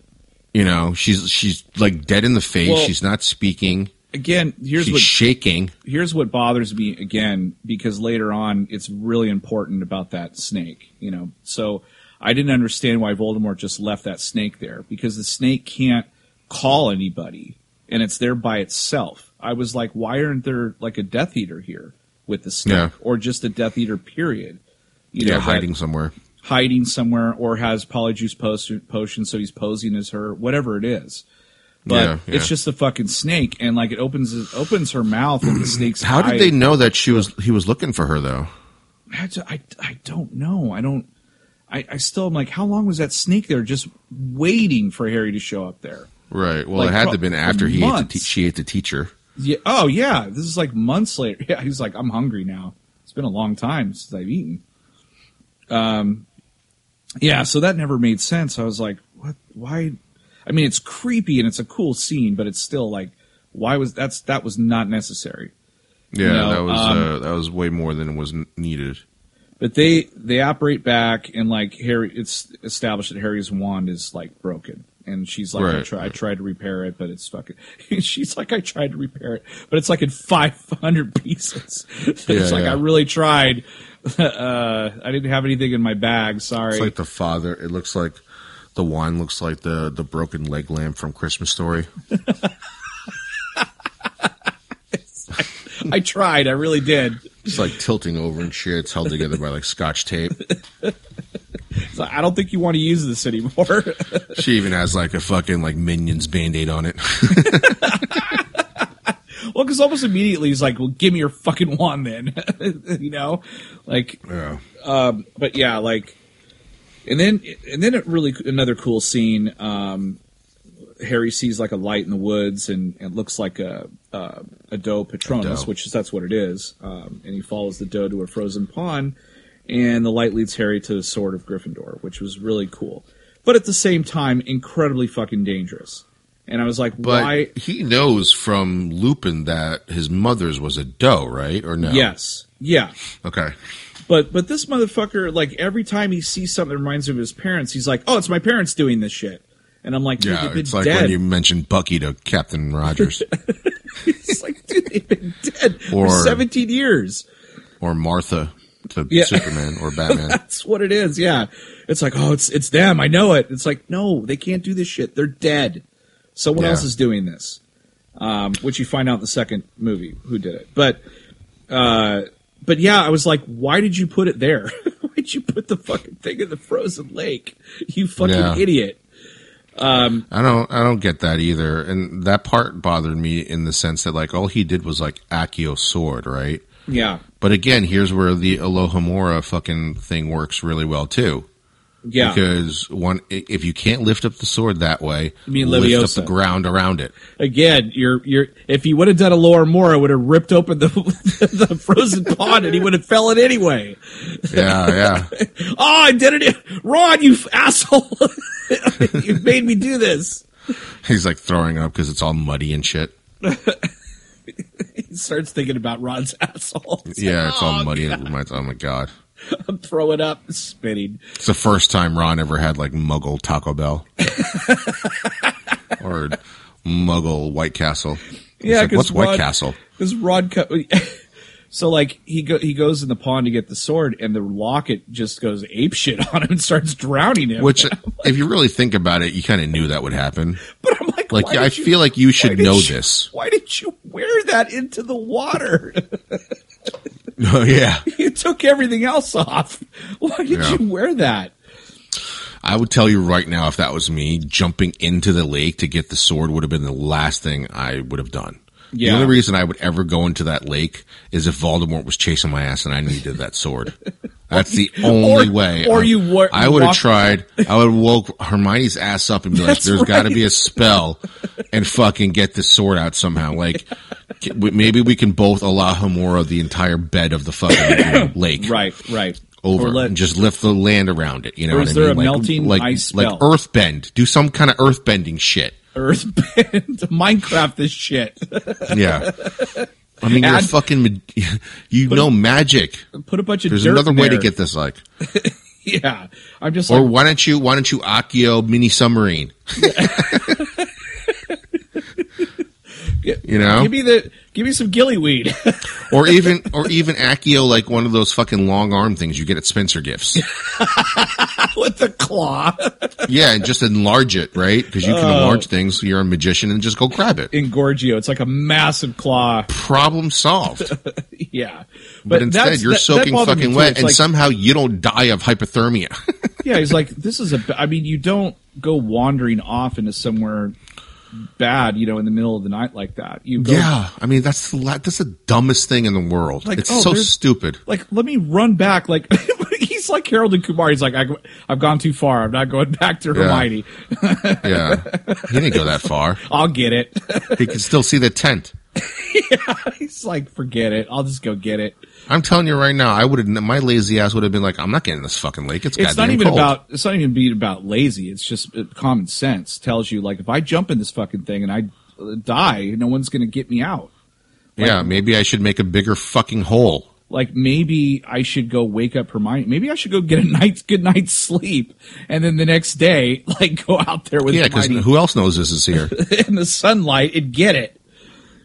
You know, she's she's like dead in the face.
Well-
she's not speaking.
Again, here's
She's
what
shaking.
here's what bothers me again because later on it's really important about that snake you know so i didn't understand why voldemort just left that snake there because the snake can't call anybody and it's there by itself i was like why aren't there like a death eater here with the snake
Yeah.
or just a death eater period you
Yeah,
know, that-
hiding somewhere.
hiding somewhere or has polyjuice potion, potion so he's posing as her whatever it is but
Yeah, yeah.
it's just a fucking snake and like it opens it opens her mouth and the snake's
How did
eye-
they know that she was he was looking for her though?
I, ju- I, I don't know. I don't. I, I still am like, how long was that snake there just waiting for Harry to show up there?
Right. Well,
Like,
it had to
pro-
have been after he ate the
months.
te- she ate the teacher.
Yeah. Oh, yeah. This is like months later. Yeah. He's like, I'm hungry now. It's been a long time since I've eaten. Um, yeah. So that never made sense. I was like, what? Why? I mean, it's creepy and it's a cool scene, but it's still like, why was that's that was not necessary.
Yeah,
No,
that was
um,
uh, that was way more than was n- needed.
But they they operate back and like Harry, it's established that Harry's wand is like broken, and she's like, I,
Right,
try, I tried to repair it, but it's fucking. she's like, I tried to repair it, but it's like in five hundred pieces. it's
Yeah,
like
yeah.
I really tried. uh, I didn't have anything in my bag. Sorry.
It's like the father. It looks like the wine looks like the the broken leg lamp from Christmas Story.
I tried. I really did.
It's like tilting over and shit. It's held together by like scotch tape.
It's like, I don't think you want to use this anymore.
She even has like a fucking like Minions band aid on it.
well, because almost immediately he's like, "Well, give me your fucking wand, then." you know, like
yeah.
but yeah, like, and then and then it really another cool scene. Um, Harry sees like a light in the woods, and it looks like a a, a doe patronus,
A doe.
which is that's what it is. Um, and he follows the doe to a frozen pond, and the light leads Harry to the sword of Gryffindor, which was really cool, but at the same time, incredibly fucking dangerous. And I was like,
But
why?
he knows from Lupin that his mother's was a doe, right? Or no?
Yes, yeah.
Okay.
But but this motherfucker, like every time he sees something that reminds him of his parents, he's like, "Oh, it's my parents doing this shit." And I'm like,
Yeah.
"Dude, they've
It's
been
like
dead."
when you mentioned Bucky to Captain Rogers
it's like, dude, they've been dead
Or-
for 17 years.
or Martha to
Yeah.
Superman or Batman.
That's what it is. Yeah, it's like, oh, it's it's them. I know it. It's like, no, they can't do this shit. They're dead. Someone
Yeah.
else is doing this, um, which you find out in the second movie who did it. But uh, but yeah, I was like, why did you put it there? Why'd you put the fucking thing in the frozen lake? You fucking
Yeah.
idiot.
I don't I don't get that either. And that part bothered me in the sense that like all he did was like Akio sword, right?
Yeah.
But again, here's where the Alohomora fucking thing works really well too.
Yeah.
Because one i- if you can't lift up the sword that way,
You mean
lift up
Leviosa.
the ground around it.
Again, you're you're if you would have done a Laura Moore, I would have ripped open the the frozen pond and he would have fell in anyway.
Yeah, yeah.
Oh, I did it Ron, you f- asshole. you made me do this.
He's like throwing up because it's all muddy and shit.
He starts thinking about Ron's asshole. He's
Yeah,
like,
it's all
"Oh,
muddy. and It reminds, oh my god!
I'm throwing up, spitting.
It's the first time Ron ever had like Muggle Taco Bell or Muggle White Castle. He's
Yeah,
like,
'cause
what's White
Ron-
Castle?
Because Rod cut. so like he go he goes in the pond to get the sword, and the locket just goes ape shit on him and starts drowning him.
Which, if you really think about it, you kind of knew that would happen.
but I'm like,
Like,
why
I
did you-
feel like you
why
should
did
know
you-
this.
Why did you wear that into the water?
Oh yeah,
you took everything else off. Why did
Yeah.
you wear that?
I would tell you right now if that was me, jumping into the lake to get the sword would have been the last thing I would have done.
Yeah.
The only reason I would ever go into that lake is if Voldemort was chasing my ass and I needed that sword. That's the only way.
or
I-
you wa-
I would have
walked-
tried. I would have woke Hermione's ass up and be like,
That's
"There's got to
right.
be a spell and fucking get this sword out somehow." Like, c- w- maybe we can both allow Hamora the entire bed of the fucking lake
Right, right.
over
Or let-
and just lift the land around it. You know
Or
what
is
I mean?
there a melting
like,
ice
like
spell?
earthbend. Do some kind of earthbending shit.
Earthbend Minecraft this shit.
Yeah. I mean, you're a
Add-
fucking, ma- you know magic.
Put a bunch of
There's
dirt
another
in
way to
there.
get this, like,
Yeah, I'm just
or
like
why don't you, why don't you Akio mini submarine? you know,
give me the give me some gillyweed.
or even, or even Akio like one of those fucking long arm things you get at Spencer Gifts.
with the claw.
yeah, and just enlarge it, right? Because you can
Oh.
enlarge things. You're a magician, and just go grab it.
Engorgio. It's like a massive claw.
Problem solved.
Yeah. But,
But instead,
that's-
you're
that- that
soaking
bothered me
fucking
too.
wet,
It's
and
like-
somehow you don't die of hypothermia.
Yeah, he's like, this is a. b- I mean, you don't go wandering off into somewhere bad, you know, in the middle of the night like that. You go,
yeah, I mean that's the la- that's the dumbest thing in the world.
Like,
it's
oh,
so
there's-
stupid.
Like, let me run back. Like, he's like Harold and Kumar. He's like, I, I've gone too far. I'm not going back to
Yeah.
Hermione.
Yeah, he didn't go that far.
I'll get it.
He could still see the tent.
he's like, forget it. I'll just go get it.
I'm telling you right now, I would have my lazy ass would have been like, I'm not getting this fucking lake. It's,
it's
goddamn
not even
cold.
about it's not even being about lazy it's just uh, common sense tells you like if i jump in this fucking thing and i uh, die no one's gonna get me out
yeah, maybe I should make a bigger fucking hole.
like maybe i should go wake up hermione maybe i should go get a night good night's sleep and then the next day like go out there with
Yeah, because
hermione
who else knows this is here?
in the sunlight and get it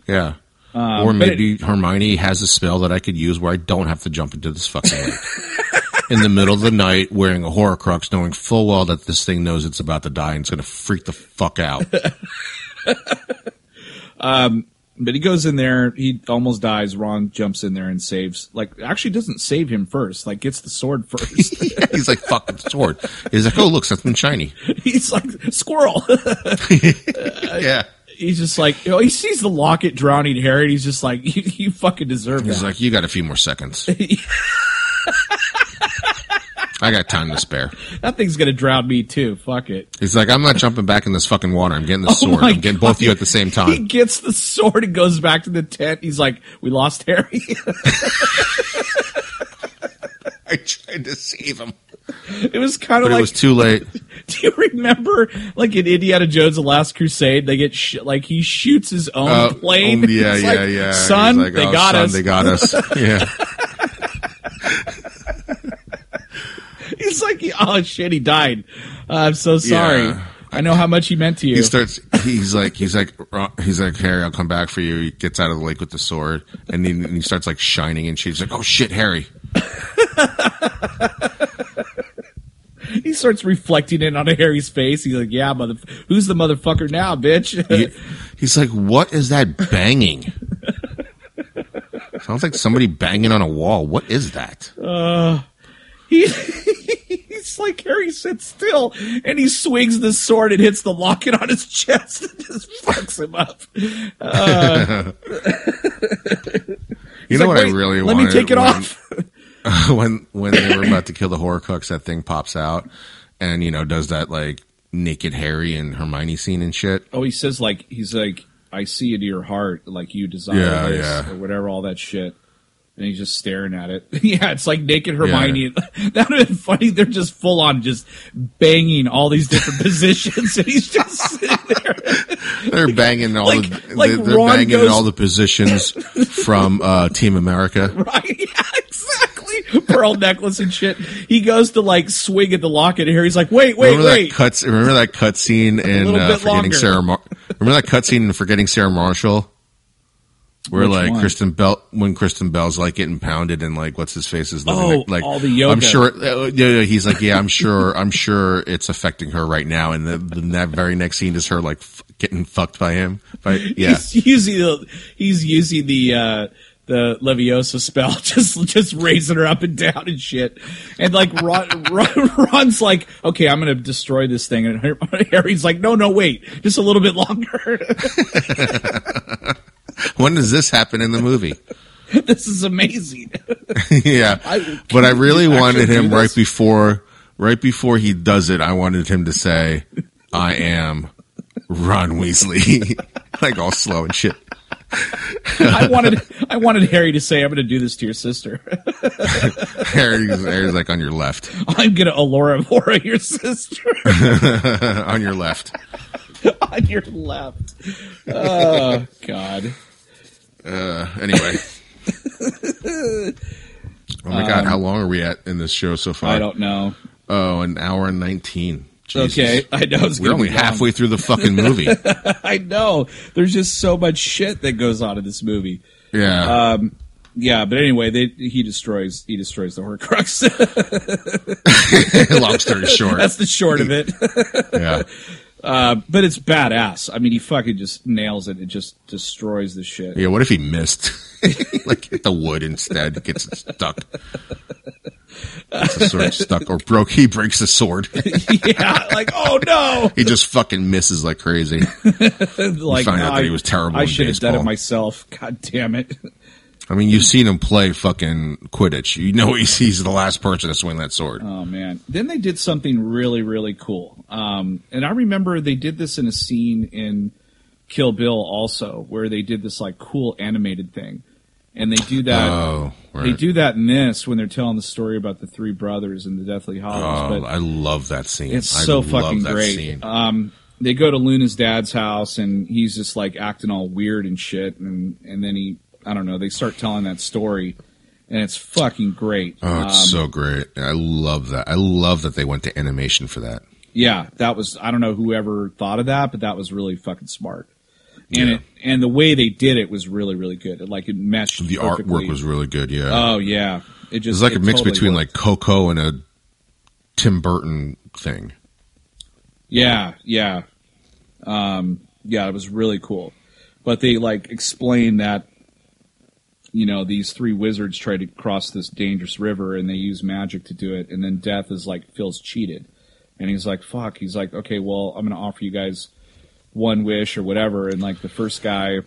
Yeah. or
but it-
maybe Hermione has a spell that I could use where I don't have to jump into this fucking lake in the middle of the night wearing a horcrux, knowing full well that this thing knows it's about to die and it's going to freak the fuck out.
but he goes in there he almost dies ron jumps in there and saves like actually doesn't save him first like gets the sword first
He's like, fuck the sword. He's like, oh, look, something shiny.
he's like squirrel
Yeah.
he's just like you know, he sees the locket drowning Harry, and he's just like, you, you fucking deserve
He's
that.
like, you got a few more seconds. I got time to spare.
that thing's gonna drown me too. Fuck it.
He's like, I'm not jumping back in this fucking water. I'm getting the
Oh
sword.
my
I'm getting both of you
God.
at the same
He
time.
gets the sword and goes back to the tent. He's like, we lost Harry.
I tried to save him,
it was kind of
but
like,
it was too late.
do you remember like in Indiana Jones: The Last Crusade? They get sh- like he shoots his own
Uh,
plane.
oh, yeah,
It's
yeah,
like,
yeah.
Son,
He's like,
they
"Oh,
got
son,
us.
They got us. Yeah.
He's like, oh shit, he died. Uh, I'm so sorry.
Yeah.
I know how much he meant to you.
He starts. He's like. He's like. uh, He's like. Harry, I'll come back for you. He gets out of the lake with the sword, and then and he starts like shining and shit. He's like, "Oh shit, Harry."
He starts reflecting in on Harry's face. He's like, "Yeah, mother, who's the motherfucker now, bitch?"
He- he's like, "What is that banging?" Sounds like somebody banging on a wall. What is that?
Uh, he, he's like Harry sits still and he swings the sword and hits the locket on his chest and just fucks him up. Uh,
You
he's
know
like,
what
"Wait,
I really
let
wanted?
me take it
when,
off.
when when they were about to kill the Horcrux, that thing pops out and you know does that like naked Harry and Hermione scene and shit.
Oh, he says like he's like I see into your heart, like you desire
Yeah,
this
yeah.
or whatever, all that shit. And he's just staring at it. yeah, it's like naked Hermione. that would have been funny. They're just full on, just banging all these different positions, and he's just sitting there.
They're banging all
Like-
the,
like
they're, they're
Ron
banging
goes-
all the positions from uh, Team America.
Right? Yeah, exactly. Pearl necklace and shit. He goes to like swing at the locket here. He's like, wait, wait,
remember
wait.
that cuts. Remember that cutscene in
little
uh,
bit
forgetting
longer.
Sarah. Mar- remember that cutscene in forgetting Sarah Marshall, where
Which
like
one?
Kristen Bell when Kristen Bell's like getting pounded and like what's his face is living
Oh,
like
all the yoga.
I'm sure. Uh, yeah, yeah, he's like, yeah, I'm sure. I'm sure it's affecting her right now. And then then that very next scene is her like f- getting fucked by him. By yeah,
He's using the he's using the uh the Leviosa spell, just just raising her up and down and shit, and like Ron, Ron Ron's like, okay, I'm gonna destroy this thing, and Harry's like, no, no, wait, just a little bit longer.
when does this happen in the movie?
this is amazing.
yeah,
I-
but I really
you actually
wanted him
do
right
this?
before, right before he does it. I wanted him to say, "I am Ron Weasley," like all slow and shit.
I wanted I wanted Harry to say, I'm gonna do this to your sister.
Harry's, Harry's like on your left,
I'm gonna Alora Vora your sister
on your left.
on your left. Oh God.
Anyway. Oh my god! How long are we at in this show so far?
Um, I don't know.
Oh, an hour and nineteen. Jesus.
Okay, I know. It's
We're
gonna
only
be long.
halfway through the fucking movie.
I know. There's just so much shit that goes on in this movie.
Yeah.
Um, Yeah, but anyway, they he destroys he destroys the Horcrux.
Long story short.
That's the short of it.
Yeah.
but it's badass. I mean, he fucking just nails it. It just destroys the shit.
Yeah, what if he missed? like hit the wood instead, gets it stuck. Gets the sword stuck or broke he breaks the sword.
yeah, like oh no,
he just fucking misses like crazy.
like
find out
no,
that
I-
he was terrible
I
in
should have done it
baseball.
myself. God damn it.
I mean, you've seen him play fucking Quidditch. You know he's, he's the last person to swing that sword.
Oh man! Then they did something really, really cool. Um, and I remember they did this in a scene in Kill Bill also, where they did this like cool animated thing, and they do that.
oh,
They
right.
do that in this when they're telling the story about the three brothers and the Deathly Hollows.
Oh,
but
I love that scene.
it's
I
so
love
fucking
that
great.
scene.
Um, they go to Luna's dad's house and he's just like acting all weird and shit, and and then he, I don't know, they start telling that story, and it's fucking great.
Oh, it's
Um,
so great. I love that. I love that they went to animation for that.
yeah, that was I don't know whoever thought of that, but that was really fucking smart. And
Yeah.
it, and the way they did it was really really good. It, like it meshed.
The
perfectly.
artwork was really good. Yeah.
Oh yeah, it just
It's like a mix
totally
between
worked.
like Coco and a Tim Burton thing.
yeah yeah, um, yeah. It was really cool, but they like explain that you know these three wizards try to cross this dangerous river and they use magic to do it, and then Death is like feels cheated, and he's like fuck. He's like okay, well I'm gonna offer you guys one wish or whatever, and like the first guy.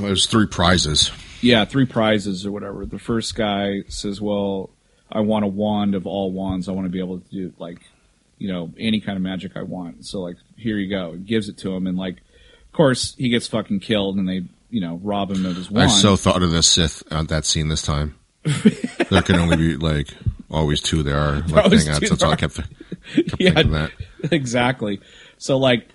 There's three prizes.
yeah, three prizes or whatever. The first guy says, "Well, I want a wand of all wands. I want to be able to do like, you know, any kind of magic I want." So like, here you go. Gives it to him, and like, of course, he gets fucking killed, and they, you know, rob him of his
I
wand.
so thought of the Sith on that scene this time. there can only be like always two there are. Like,
always
hang on,
two
that's all I
there
kept, kept
yeah,
thinking that.
exactly. So like,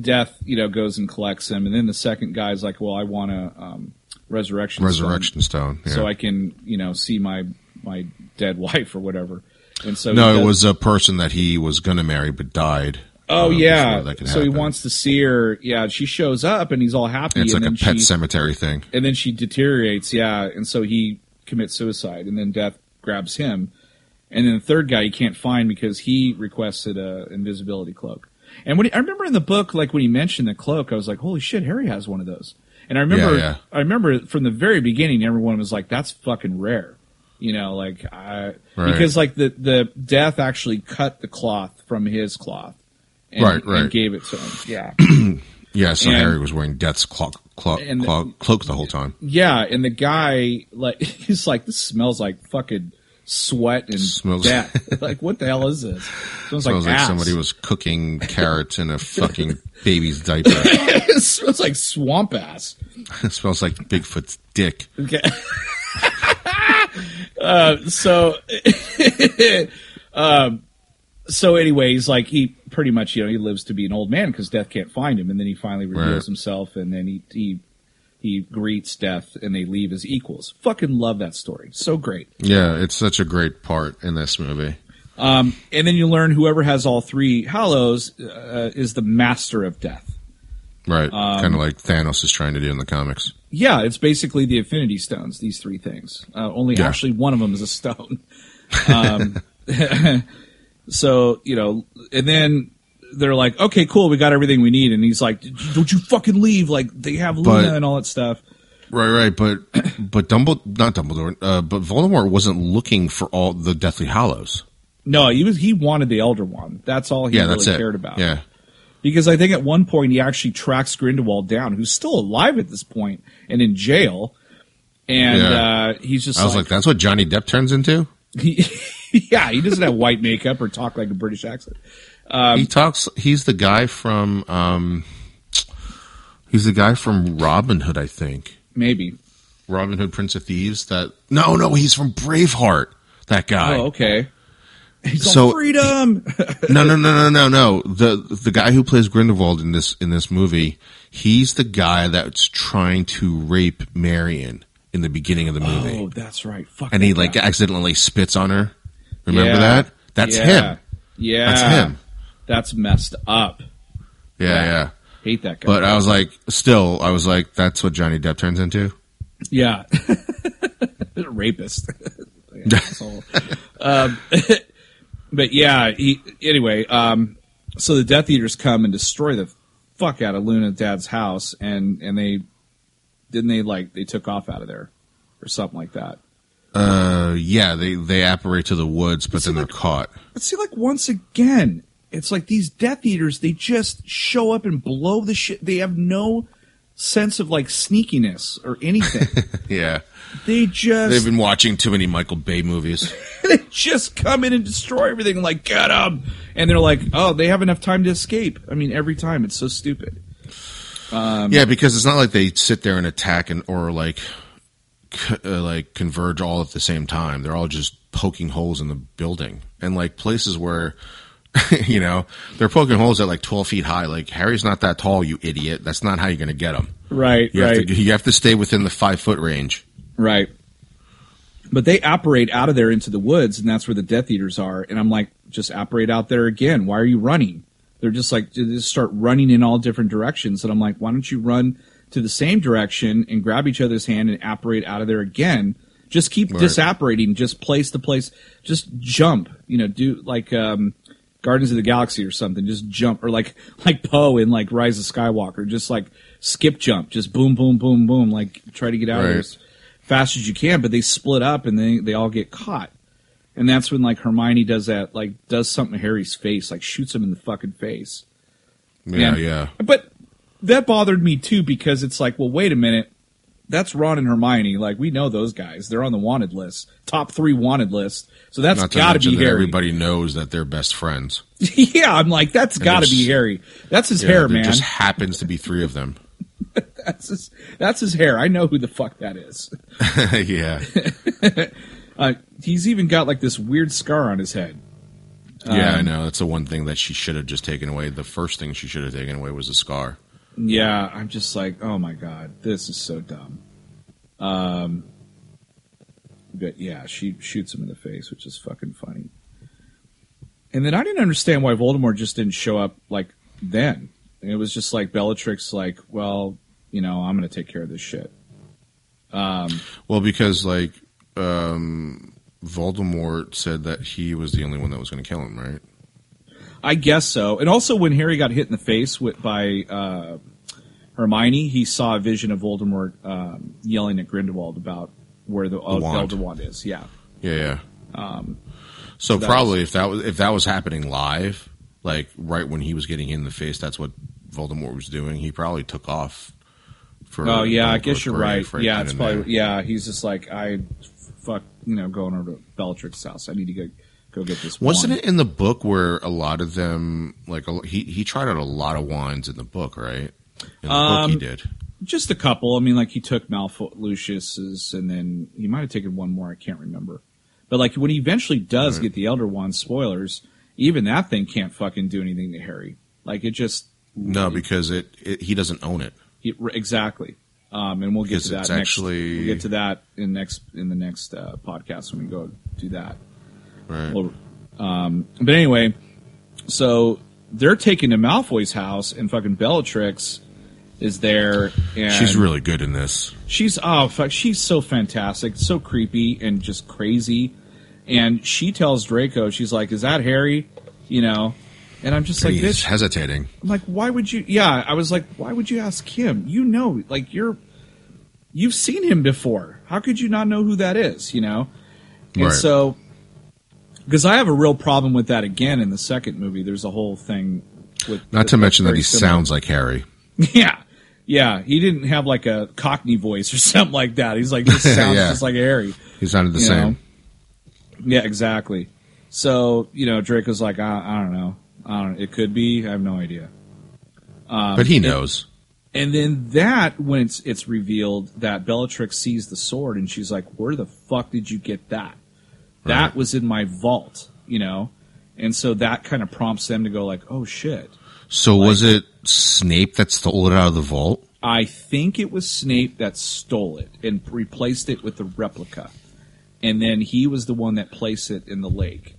death, you know, goes and collects him, and then the second guy's like, "Well, I want a um, resurrection." stone
Resurrection Stone. Yeah.
so I can, you know, see my my dead wife or whatever. And so he
no, it
does-
was a person that he was gonna marry but died.
Oh
uh,
yeah.
before that could
So he
happen.
wants to see her. Yeah, she shows up and he's all happy.
It's
and
like
then
a pet
she,
cemetery thing.
And then she deteriorates. Yeah, and so he commits suicide. And then death grabs him. And then the third guy he can't find because he requested a invisibility cloak. And when he, I remember in the book, like when he mentioned the cloak, I was like, "Holy shit, Harry has one of those." And I remember,
yeah.
I remember from the very beginning, everyone was like, "That's fucking rare," you know, like I
Right.
because like the the death actually cut the cloth from his cloth, and,
Right, right.
and gave it to him. Yeah,
Yeah, so
And-
Harry was wearing Death's cloak, cloak,
And-
cloak, cloak the whole time.
yeah. And the guy, like, he's like, "This smells like fucking." Sweat and
Smells-
death. like what the hell is this? Smells,
Sounds like
ass.
somebody was cooking carrots in a fucking baby's diaper.
it smells like swamp ass.
It smells like Bigfoot's dick.
Okay. uh, so, um, so anyway, he's like he pretty much you know he lives to be an old man because death can't find him, and then he finally reveals
Right.
himself, and then he he he greets death, and they leave as equals. Fucking love that story. So great.
Yeah, it's such a great part in this movie.
Um, and then you learn whoever has all three hallows uh, is the master of death.
Right.
Um,
kind of like Thanos is trying to do in the comics.
Yeah, it's basically the Infinity Stones. These three things. Uh, only
Yeah.
actually one of them is a stone. Um, so you know, and then they're like, "Okay, cool, we got everything we need." And he's like, "Don't you fucking leave!" Like they have Luna
But-
and all that stuff.
Right, right, but but Dumbledore, not Dumbledore, uh, but Voldemort wasn't looking for all the Deathly Hollows.
No, he was he wanted the Elder One. That's all he
Yeah,
really
that's it.
cared about.
Yeah,
Because I think at one point he actually tracks Grindelwald down, who's still alive at this point and in jail. And
Yeah.
uh, he's just
I was like, that's what Johnny Depp turns into.
he, yeah, he doesn't have white makeup or talk like a British accent. Um,
he talks. He's the guy from. Um, he's the guy from Robin Hood, I think.
Maybe.
Robin Hood, Prince of Thieves. That no, no, he's from Braveheart. That guy.
Oh, okay. He's
So-
all freedom.
No, no, no, no, no, no. The the guy who plays Grindelwald in this in this movie, he's the guy that's trying to rape Marion in the beginning of the movie,
oh, that's right. Fuck.
and he
that
like
guy.
accidentally spits on her. Remember
Yeah.
that? That's
Yeah. Ah.
him.
Yeah,
That's him.
That's messed up.
Yeah,
Yeah.
yeah,
Hate that guy.
But I was like, still, I was like, that's what Johnny Depp turns into.
yeah, rapist. Asshole. um, but yeah. He anyway. Um, so the Death Eaters come and destroy the fuck out of Luna Dad's house, and and they didn't they like they took off out of there or something like that.
Uh, yeah, they they apparate to the woods, but
It's
then they're
like-
caught.
But see, like once again, it's like these Death Eaters. They just show up and blow the shit. They have no sense of like sneakiness or anything.
Yeah,
they just
they've been watching too many Michael Bay movies.
they just come in and destroy everything. Like get them, and they're like, oh, they have enough time to escape. I mean, every time it's so stupid.
yeah, because it's not like they sit there and attack and or like c- uh, like converge all at the same time. They're all just poking holes in the building and like places where you know they're poking holes at like twelve feet high. Like Harry's not that tall, you idiot. That's not how you're gonna get him.
Right,
You have to you have to stay within the five foot range.
Right. But they apparate out of there into the woods, and that's where the Death Eaters are. And I'm like, just apparate out there again. Why are you running? They're just like, they just start running in all different directions. And I'm like, why don't you run to the same direction and grab each other's hand and apparate out of there again? Just keep
Right.
disapparating, just place to place, just jump, you know, do like, um, Guardians of the Galaxy or something, just jump, or like like Poe in like Rise of Skywalker, just like skip jump, just boom, boom, boom, boom, like try to get out of there
Right.
as fast as you can. But they split up and they they all get caught, and that's when like Hermione does that, like does something to Harry's face, like shoots him in the fucking face.
Yeah,
And-
yeah.
But that bothered me too because it's like, well, wait a minute, that's Ron and Hermione. Like we know those guys, they're on the wanted list, top three wanted list. So that's
Not to
got to
mention
be
that
Harry.
everybody knows that they're best friends.
yeah, I'm like, that's got to
there's-
be Harry. That's his
Yeah,
hair,
there
man.
just happens to be three of them.
That's his, that's his hair. I know who the fuck that is.
yeah,
Uh, he's even got like this weird scar on his head.
yeah.
Um,
I know. That's the one thing that she should have just taken away. The first thing she should have taken away was the scar.
Yeah, I'm just like, oh my god, this is so dumb. Um, but yeah, she shoots him in the face, which is fucking funny. And then I didn't understand why Voldemort just didn't show up like then. And it was just like Bellatrix, like, well, you know, I'm going to take care of this shit.
Well, because like um, Voldemort said that he was the only one that was going to kill him, right?
I guess so. And also when Harry got hit in the face with by uh, Hermione, he saw a vision of Voldemort um, yelling at Grindelwald about where the, uh,
wand.
Elder Wand is. Yeah.
Yeah, yeah. so
Um, that
probably if that was if that was happening live, like right when he was getting hit in the face, that's what Voldemort was doing. He probably took off. For
Oh yeah, I
Dumbledore's
guess you're
grave
right. yeah,
then
it's
and
probably
there.
yeah. He's just like I, fuck, you know, going over to Bellatrix's house. I need to go go get this.
Wasn't
wand.
it in the book where a lot of them like a, he he tried out a lot of wines in the book, right? In the book, he
Um,
did.
just a couple? I mean, like he took Malfoy, Lucius's, and then he might have taken one more. I can't remember. But like when he eventually does get the Elder Wand, spoilers, even that thing can't fucking do anything to Harry. Like it just
No, because it, it he doesn't own it.
it, exactly. Um, and we'll get
Because
to that.
it's
next,
actually-
we'll get to that in next in the next uh, podcast when we go do that.
Right.
Well, um, but anyway, so they're taken to Malfoy's house, and fucking Bellatrix is there, and
She's really good in this.
she's oh fuck, she's so fantastic, so creepy and just crazy, and she tells Draco, she's like, "Is that Harry?" You know, and I'm just like,
He's
"Bitch,
hesitating.
I'm like, why would you? Yeah, I was like, why would you ask him? You know, like you're, you've seen him before. How could you not know who that is? You know, and
Right.
so because I have a real problem with that again in the second movie. There's a whole thing with
Not to
that's
mention that
very
he
similar.
sounds like Harry.
yeah, yeah. He didn't have like a Cockney voice or something like that. He's like just sounds
Yeah.
just like Harry.
He sounded the
You
same.
know? Yeah, exactly. So you know, Draco's like, I, I don't know. I don't. It could be. I have no idea. um,
but he knows.
And then that when it's it's revealed that Bellatrix sees the sword and she's like, "Where the fuck did you get that? That
Right.
was in my vault, you know." And so that kind of prompts them to go like, "Oh shit."
So was it Snape that stole it out of the vault?
I think it was Snape that stole it and replaced it with the replica. And then he was the one that placed it in the lake,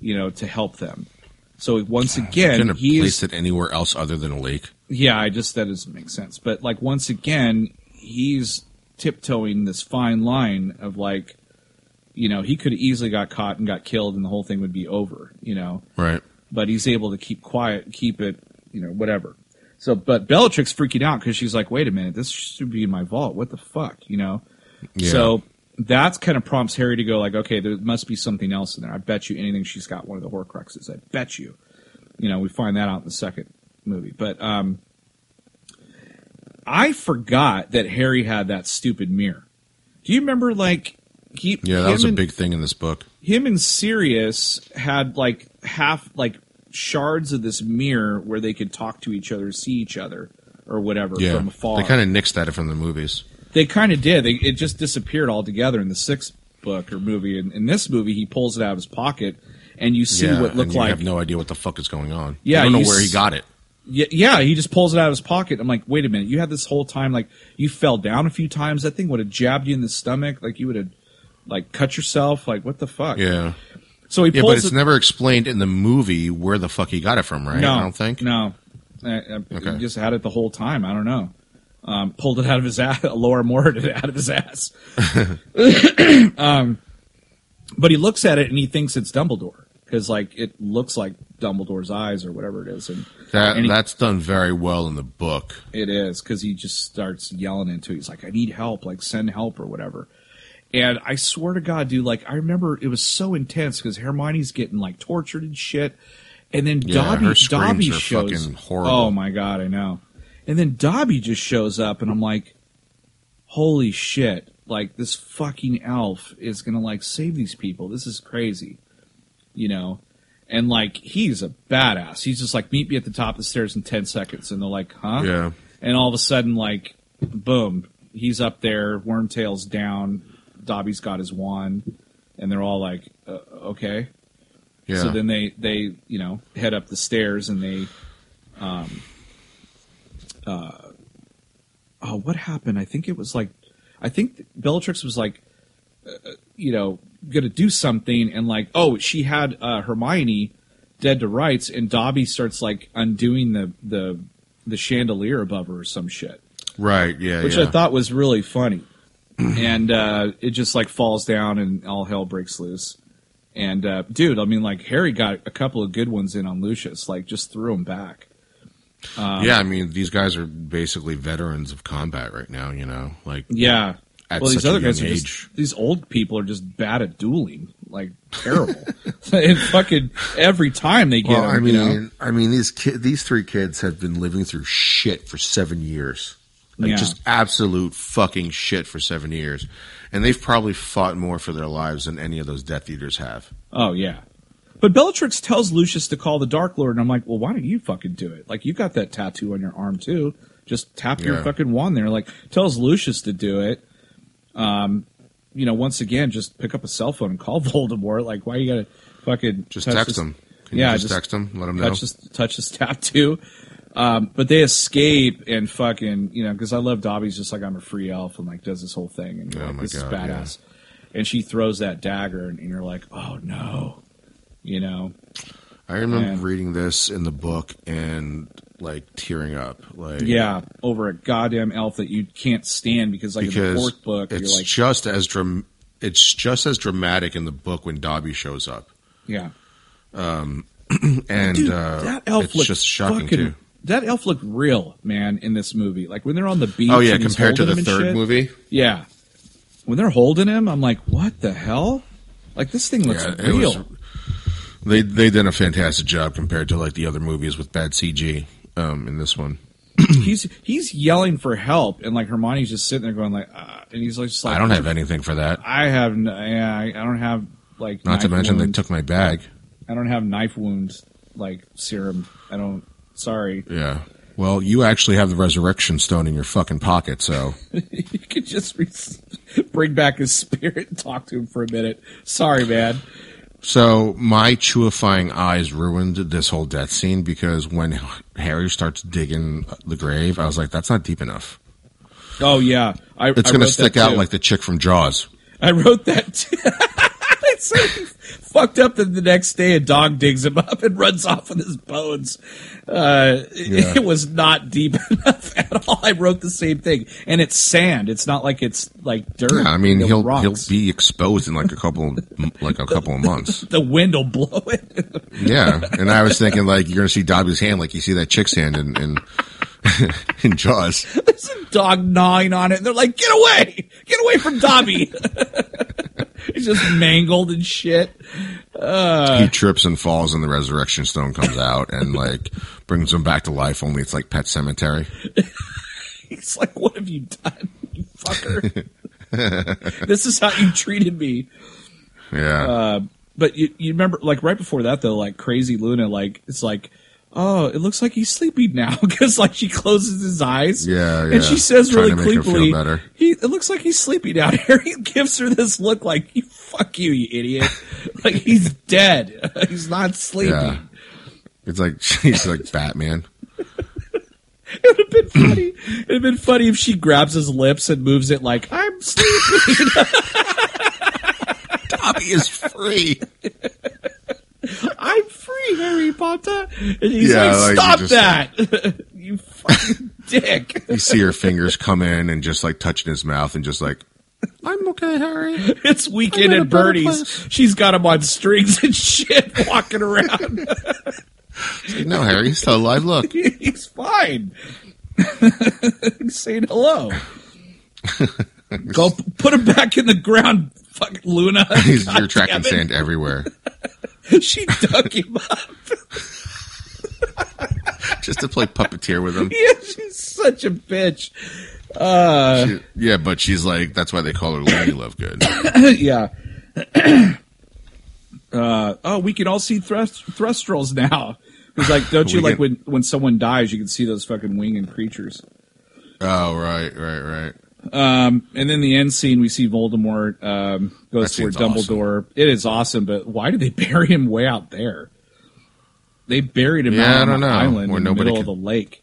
you know, to help them. So once again,
Couldn't have
he is
placed it anywhere else other than a lake.
Yeah, I just that doesn't make sense. But like once again, he's tiptoeing this fine line of like, you know, he could have easily got caught and got killed, and the whole thing would be over. You know,
Right.
but he's able to keep quiet, keep it, you know, whatever. So, but Bellatrix freaking out because she's like, "Wait a minute, this should be in my vault. What the fuck?" You know.
Yeah.
So that's kind of prompts Harry to go like, "Okay, there must be something else in there. I bet you anything she's got one of the Horcruxes. I bet you." You know, we find that out in the second movie, but um, I forgot that Harry had that stupid mirror. Do you remember like? He,
Yeah, that
him
was a
and-
big thing in this book.
him and Sirius had like half like shards of this mirror where they could talk to each other, see each other, or whatever
Yeah.
from afar.
They kind of nixed that from the movies.
They kind of did. They, it just disappeared altogether in the sixth book or movie. In, in this movie, he pulls it out of his pocket, and you see
yeah,
what
and
looked
you
like.
have no idea what the fuck is going on.
Yeah,
you don't
you
know where he
s-
got it.
yeah, yeah, he just pulls it out of his pocket. I'm like, wait a minute, you had this whole time like you fell down a few times. That thing would have jabbed you in the stomach. Like you would have like cut yourself. Like what the fuck?
Yeah,
So he
yeah,
pulls
but it's
it.
never explained in the movie where the fuck he got it from, right?
No,
I don't think.
No, I, I,
Okay.
he just had it the whole time. I don't know. Um, pulled it out of his ass. Laura Moore did it out of his ass. um, but he looks at it and he thinks it's Dumbledore because like it looks like Dumbledore's eyes or whatever it is, and
That
And he-
that's done very well in the book.
it is because he just starts yelling into. It. He's like, "I need help! Like send help or whatever." And I swear to God, dude, like I remember it was so intense because Hermione's getting like tortured and shit, and then
Yeah,
Dobby
her screams
Dobby
are
shows.
fucking horrible.
Oh my God, I know. And then Dobby just shows up, and I'm like, "Holy shit!" Like this fucking elf is gonna like save these people. This is crazy, you know. And like he's a badass. He's just like, "Meet me at the top of the stairs in ten seconds," and they're like, "Huh?"
Yeah,
and all of a sudden, like, boom, he's up there, Wormtail's down, Dobby's got his wand, and they're all like, uh, okay.
yeah.
So then they, they, you know, head up the stairs and they, um, uh, oh, what happened? I think it was like, I think Bellatrix was like, uh, you know, gonna do something and like, oh, she had, uh, Hermione dead to rights and Dobby starts like undoing the, the, the chandelier above her or some shit
right. Yeah,
which
yeah.
I thought was really funny. and uh, it just like falls down and all hell breaks loose. And uh, dude, I mean, like Harry got a couple of good ones in on Lucius, like just threw him back. Um,
yeah, I mean, these guys are basically veterans of combat right now. You know, like
Yeah.
At
well, these
such a
other guys
young
are
age.
just these old people are just bad at dueling, like terrible. and fucking every time they get
Well,
'em,
I mean,
you know?
I mean, these ki- these three kids have been living through shit for seven years, like
Yeah.
just absolute fucking shit for seven years, and they've probably fought more for their lives than any of those Death Eaters have.
Oh yeah. But Bellatrix tells Lucius to call the Dark Lord, and I'm like, well, why don't you fucking do it? Like, you got that tattoo on your arm too. Just tap your
Yeah.
fucking wand there. Like, tells Lucius to do it. Um, you know, once again, just pick up a cell phone and call Voldemort. Like, why you gotta fucking
Just
touch
text
this-
them. Can
Yeah,
you just,
just
text them. Let them know.
touch this touch this tattoo. Um, but they escape and fucking you know because I love Dobby's just like I'm a free elf and like does this whole thing and you're
Oh
like,
my
this is
God,
badass. And she throws that dagger and, and you're like oh no, you know
I remember
Man.
reading this in the book and like tearing up. Like
yeah over a goddamn elf that you can't stand because like in the
because
fourth book you're
it's
like
just as dram- it's just as dramatic in the book when Dobby shows up.
yeah
And
dude
uh,
that elf
it's
looked
just shocking
fucking,
too.
that elf looked real man in this movie like when they're on the beach
Oh yeah,
and he's
compared to the
holding him and
third
shit.
movie.
Yeah. When they're holding him, I'm like, what the hell? Like this thing looks
Yeah, it
real.
was- they they did a fantastic job compared to like the other movies with bad CG um, in this one.
he's he's yelling for help, and like Hermione's just sitting there going like, uh, and he's like, just like,
I don't have anything for that.
I have, n- yeah, I, I don't have like.
Not to
knife
mention
wound.
they took my bag.
I don't have knife wounds like serum. I don't. Sorry,
Yeah. Well, you actually have the resurrection stone in your fucking pocket, so
you could just re- bring back his spirit and talk to him for a minute. Sorry, man.
So my chewifying eyes ruined this whole death scene because when Harry starts digging the grave, I was like, "That's not deep enough.
Oh yeah, I,
It's
I
going to
wrote
stick
that,
out
too.
like the chick from Jaws."
I wrote that. Too. It's so fucked up that the next day a dog digs him up and runs off with his bones. Uh, it-
Yeah.
It was not deep enough at all. I wrote the same thing, and it's sand. It's not like it's like dirt.
Yeah, I mean,
It
he'll
rocks.
he'll be exposed in like a couple like a couple of months.
the wind will blow it.
Yeah, and I was thinking like you're going to see Dobby's hand, like you see that chick's hand in in, in Jaws.
There's a dog gnawing on it. And they're like, "Get away! Get away from Dobby!" He's just mangled and shit. Uh.
He trips and falls, and the resurrection stone comes out and like brings him back to life. Only it's like Pet Cemetery.
He's like, "What have you done, you fucker? this is how you treated me."
Yeah.
Uh, But you, you remember, like right before that, though, like crazy Luna, like it's like, oh, it looks like he's sleeping now because like she closes his eyes,
Yeah, yeah.
and she says
Trying
really
to make her feel
creepily,
better.
he it looks like he's sleeping out here. He gives her this look like, you fuck you, you idiot, like he's dead, he's not sleeping.
Yeah. It's like she's like Batman.
It would have been funny. It'd have been funny if she grabs his lips and moves it like I'm sleeping.
Dobby is free.
I'm free, Harry Potter. And he's
Yeah, like,
like, stop
you just-
that, you fucking dick.
You see her fingers come in and just like touching his mouth and just like, I'm okay, Harry.
It's weekend
I'm in a
at
better
Bernie's.
place.
She's got him on strings and shit, walking around.
No, Harry, he's still alive. Look.
He's fine. He's saying hello. Go p- put him back in the ground, fucking Luna.
He's,
God
you're tracking
damn
sand everywhere.
it. She dug him up.
Just to play puppeteer with him.
Yeah, she's such a bitch.
She- yeah, but she's like, that's why they call her Lady Lovegood.
yeah. uh, oh, we can all see thrust thrustrels now. He's like, don't you
We
like
can-
when when someone dies, you can see those fucking winged creatures.
Oh, right, right, right.
And then the end scene, we see Voldemort um, goes
That
toward
scene's awesome.
Dumbledore. It is awesome, but why did they bury him way out there? They buried him
Yeah,
out
I
on
don't
an
know,
island
where
in the
nobody
middle
can-
of the lake.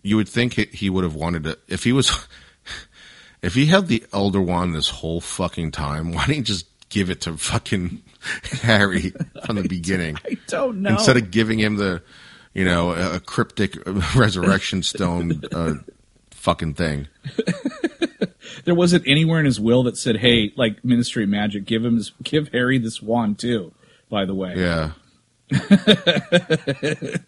You would think he, he would have wanted to, if he was, if he had the Elder Wand this whole fucking time, why didn't he just give it to fucking Harry from the beginning?
I don't know.
instead of giving him the you know a, a cryptic resurrection stone uh, fucking thing
there wasn't anywhere in his will that said, "Hey, like Ministry of Magic, give him, this, give Harry this wand too." By the way,
yeah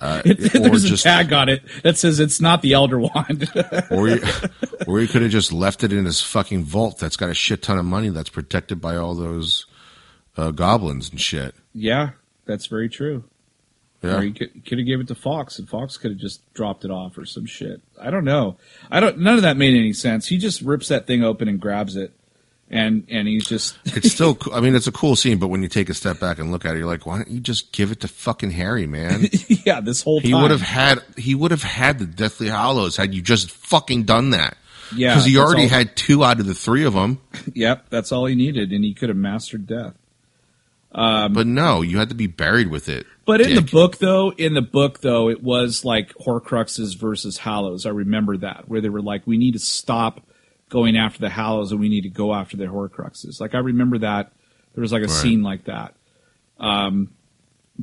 Uh,
There's a tag on it that says it's not the Elder Wand.
or you, or you could have just left it in his fucking vault that's got a shit ton of money that's protected by all those uh, goblins and shit.
yeah, that's very true. Or
Yeah,
he could, could have gave it to Fox, and Fox could have just dropped it off or some shit. I don't know. I don't. None of that made any sense. He just rips that thing open and grabs it, and and he's just
it's still. co- I mean, it's a cool scene, but when you take a step back and look at it, you're like, why don't you just give it to fucking Harry, man?
yeah. This whole
He
time
would have had. He would have had the Deathly Hollows had you just fucking done that.
yeah
because he
that's
already
all-
had two out of the three of them.
Yep, that's all he needed, and he could have mastered death.
but no, you had to be buried with it.
Um, But in the
Dick.
book, though, in the book, though, it was like Horcruxes versus Hallows. I remember that, where they were like, we need to stop going after the Hallows and we need to go after the Horcruxes. Like, I remember that. There was like a
Right.
scene like that. Um,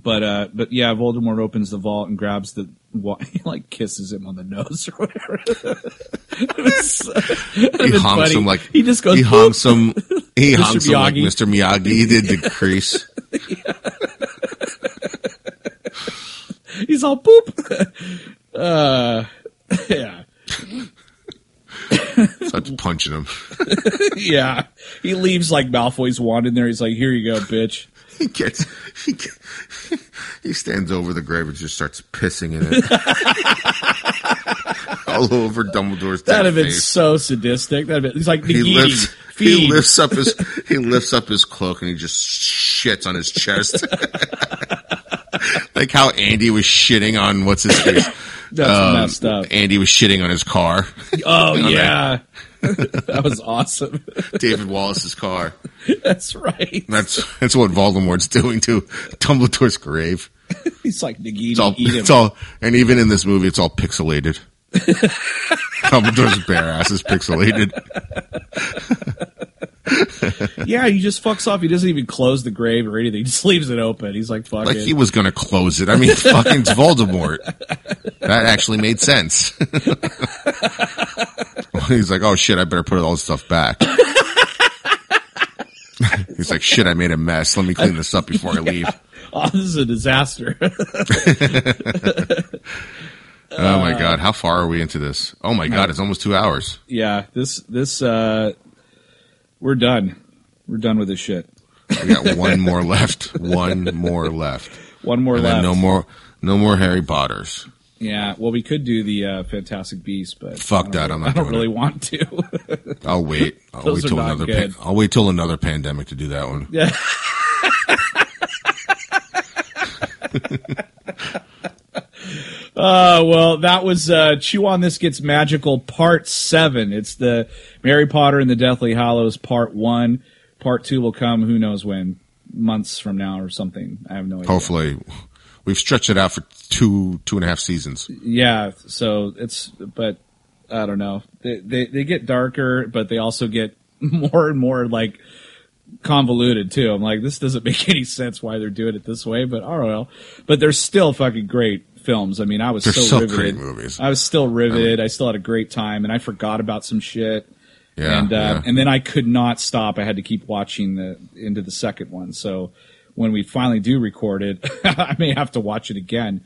but, uh, but yeah, Voldemort opens the vault and grabs the, wa- he like kisses him on the nose or whatever. It was- it
he
was
honks
funny.
him like
he just goes,
He honks him. He
Mr.
honks him like
Miyagi.
Mr. Miyagi. He did the crease.
"Boop." he's all poop. uh, yeah.
Starts punching him.
yeah. He leaves like Malfoy's wand in there. He's like, here you go, bitch.
He gets. He, gets, he stands over the grave and just starts pissing in it. All over Dumbledore's dead
That'd have been
face.
so sadistic. That'd have been, he's like,
He
Nagini,
lifts.
feed.
He lifts up his. He lifts up his cloak and he just shits on his chest. like how Andy was shitting on what's his face.
That's
Um,
messed up.
Andy was shitting on his car,
Oh, yeah. that was awesome.
David Wallace's car.
That's right.
That's that's what Voldemort's doing to Dumbledore's grave.
he's like, Nagini,
It's all,
eat him.
it's all, and even in this movie, it's all pixelated. Dumbledore's bare ass is pixelated.
yeah, he just fucks off. He doesn't even close the grave or anything. He just leaves it open. He's like, fuck
Like
it.
he was gonna close it. I mean, fucking it's Voldemort. That actually made sense. He's like, oh shit, I better put all this stuff back. He's like, shit, I made a mess. Let me clean this up before I leave.
oh, this is a disaster.
Oh my god, how far are we into this? Oh my god, it's almost two hours.
yeah, this, this, uh, we're done. We're done with this shit.
We got one more left. One more left.
One more
And
left.
then no more no more Harry Potters.
Yeah, well, we could do the uh, Fantastic Beast, but
Fuck
I don't
that, I'm not
really- I don't
doing
really
it.
want to.
I'll wait. I'll
Those
wait
are
till
not
another
good.
pan- I'll wait till another pandemic to do that one.
Yeah. Uh, well, that was uh, Chew on This Gets Magical Part 7. It's the Mary Potter and the Deathly Hollows Part 1. Part 2 will come who knows when, months from now or something. I have no idea.
Hopefully we've stretched it out for two two and a half seasons.
Yeah, so it's, but I don't know. They, they, they get darker, but they also get more and more like convoluted too. I'm like, this doesn't make any sense why they're doing it this way, but oh well. But they're still fucking great films. I mean, I was
They're
so
still
riveted.
great movies.
I was still riveted. I still had a great time, and I forgot about some shit.
Yeah.
and uh,
yeah.
and then I could not stop. I had to keep watching the into the second one. So when we finally do record it, I may have to watch it again.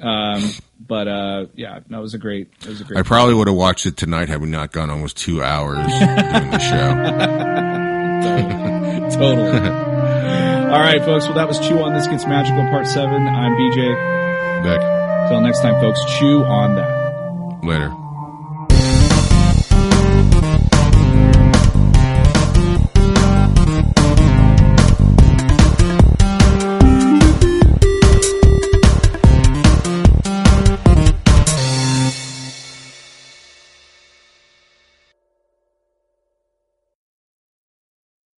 Um, but uh, yeah, no, it was a great. It was a great.
I probably would have watched it tonight had we not gone almost two hours doing the show.
Total. All right, folks. Well, that was Chew on This Gets Magical Part 7. I'm BJ.
Beck,
Till next time, folks, chew on that.
later.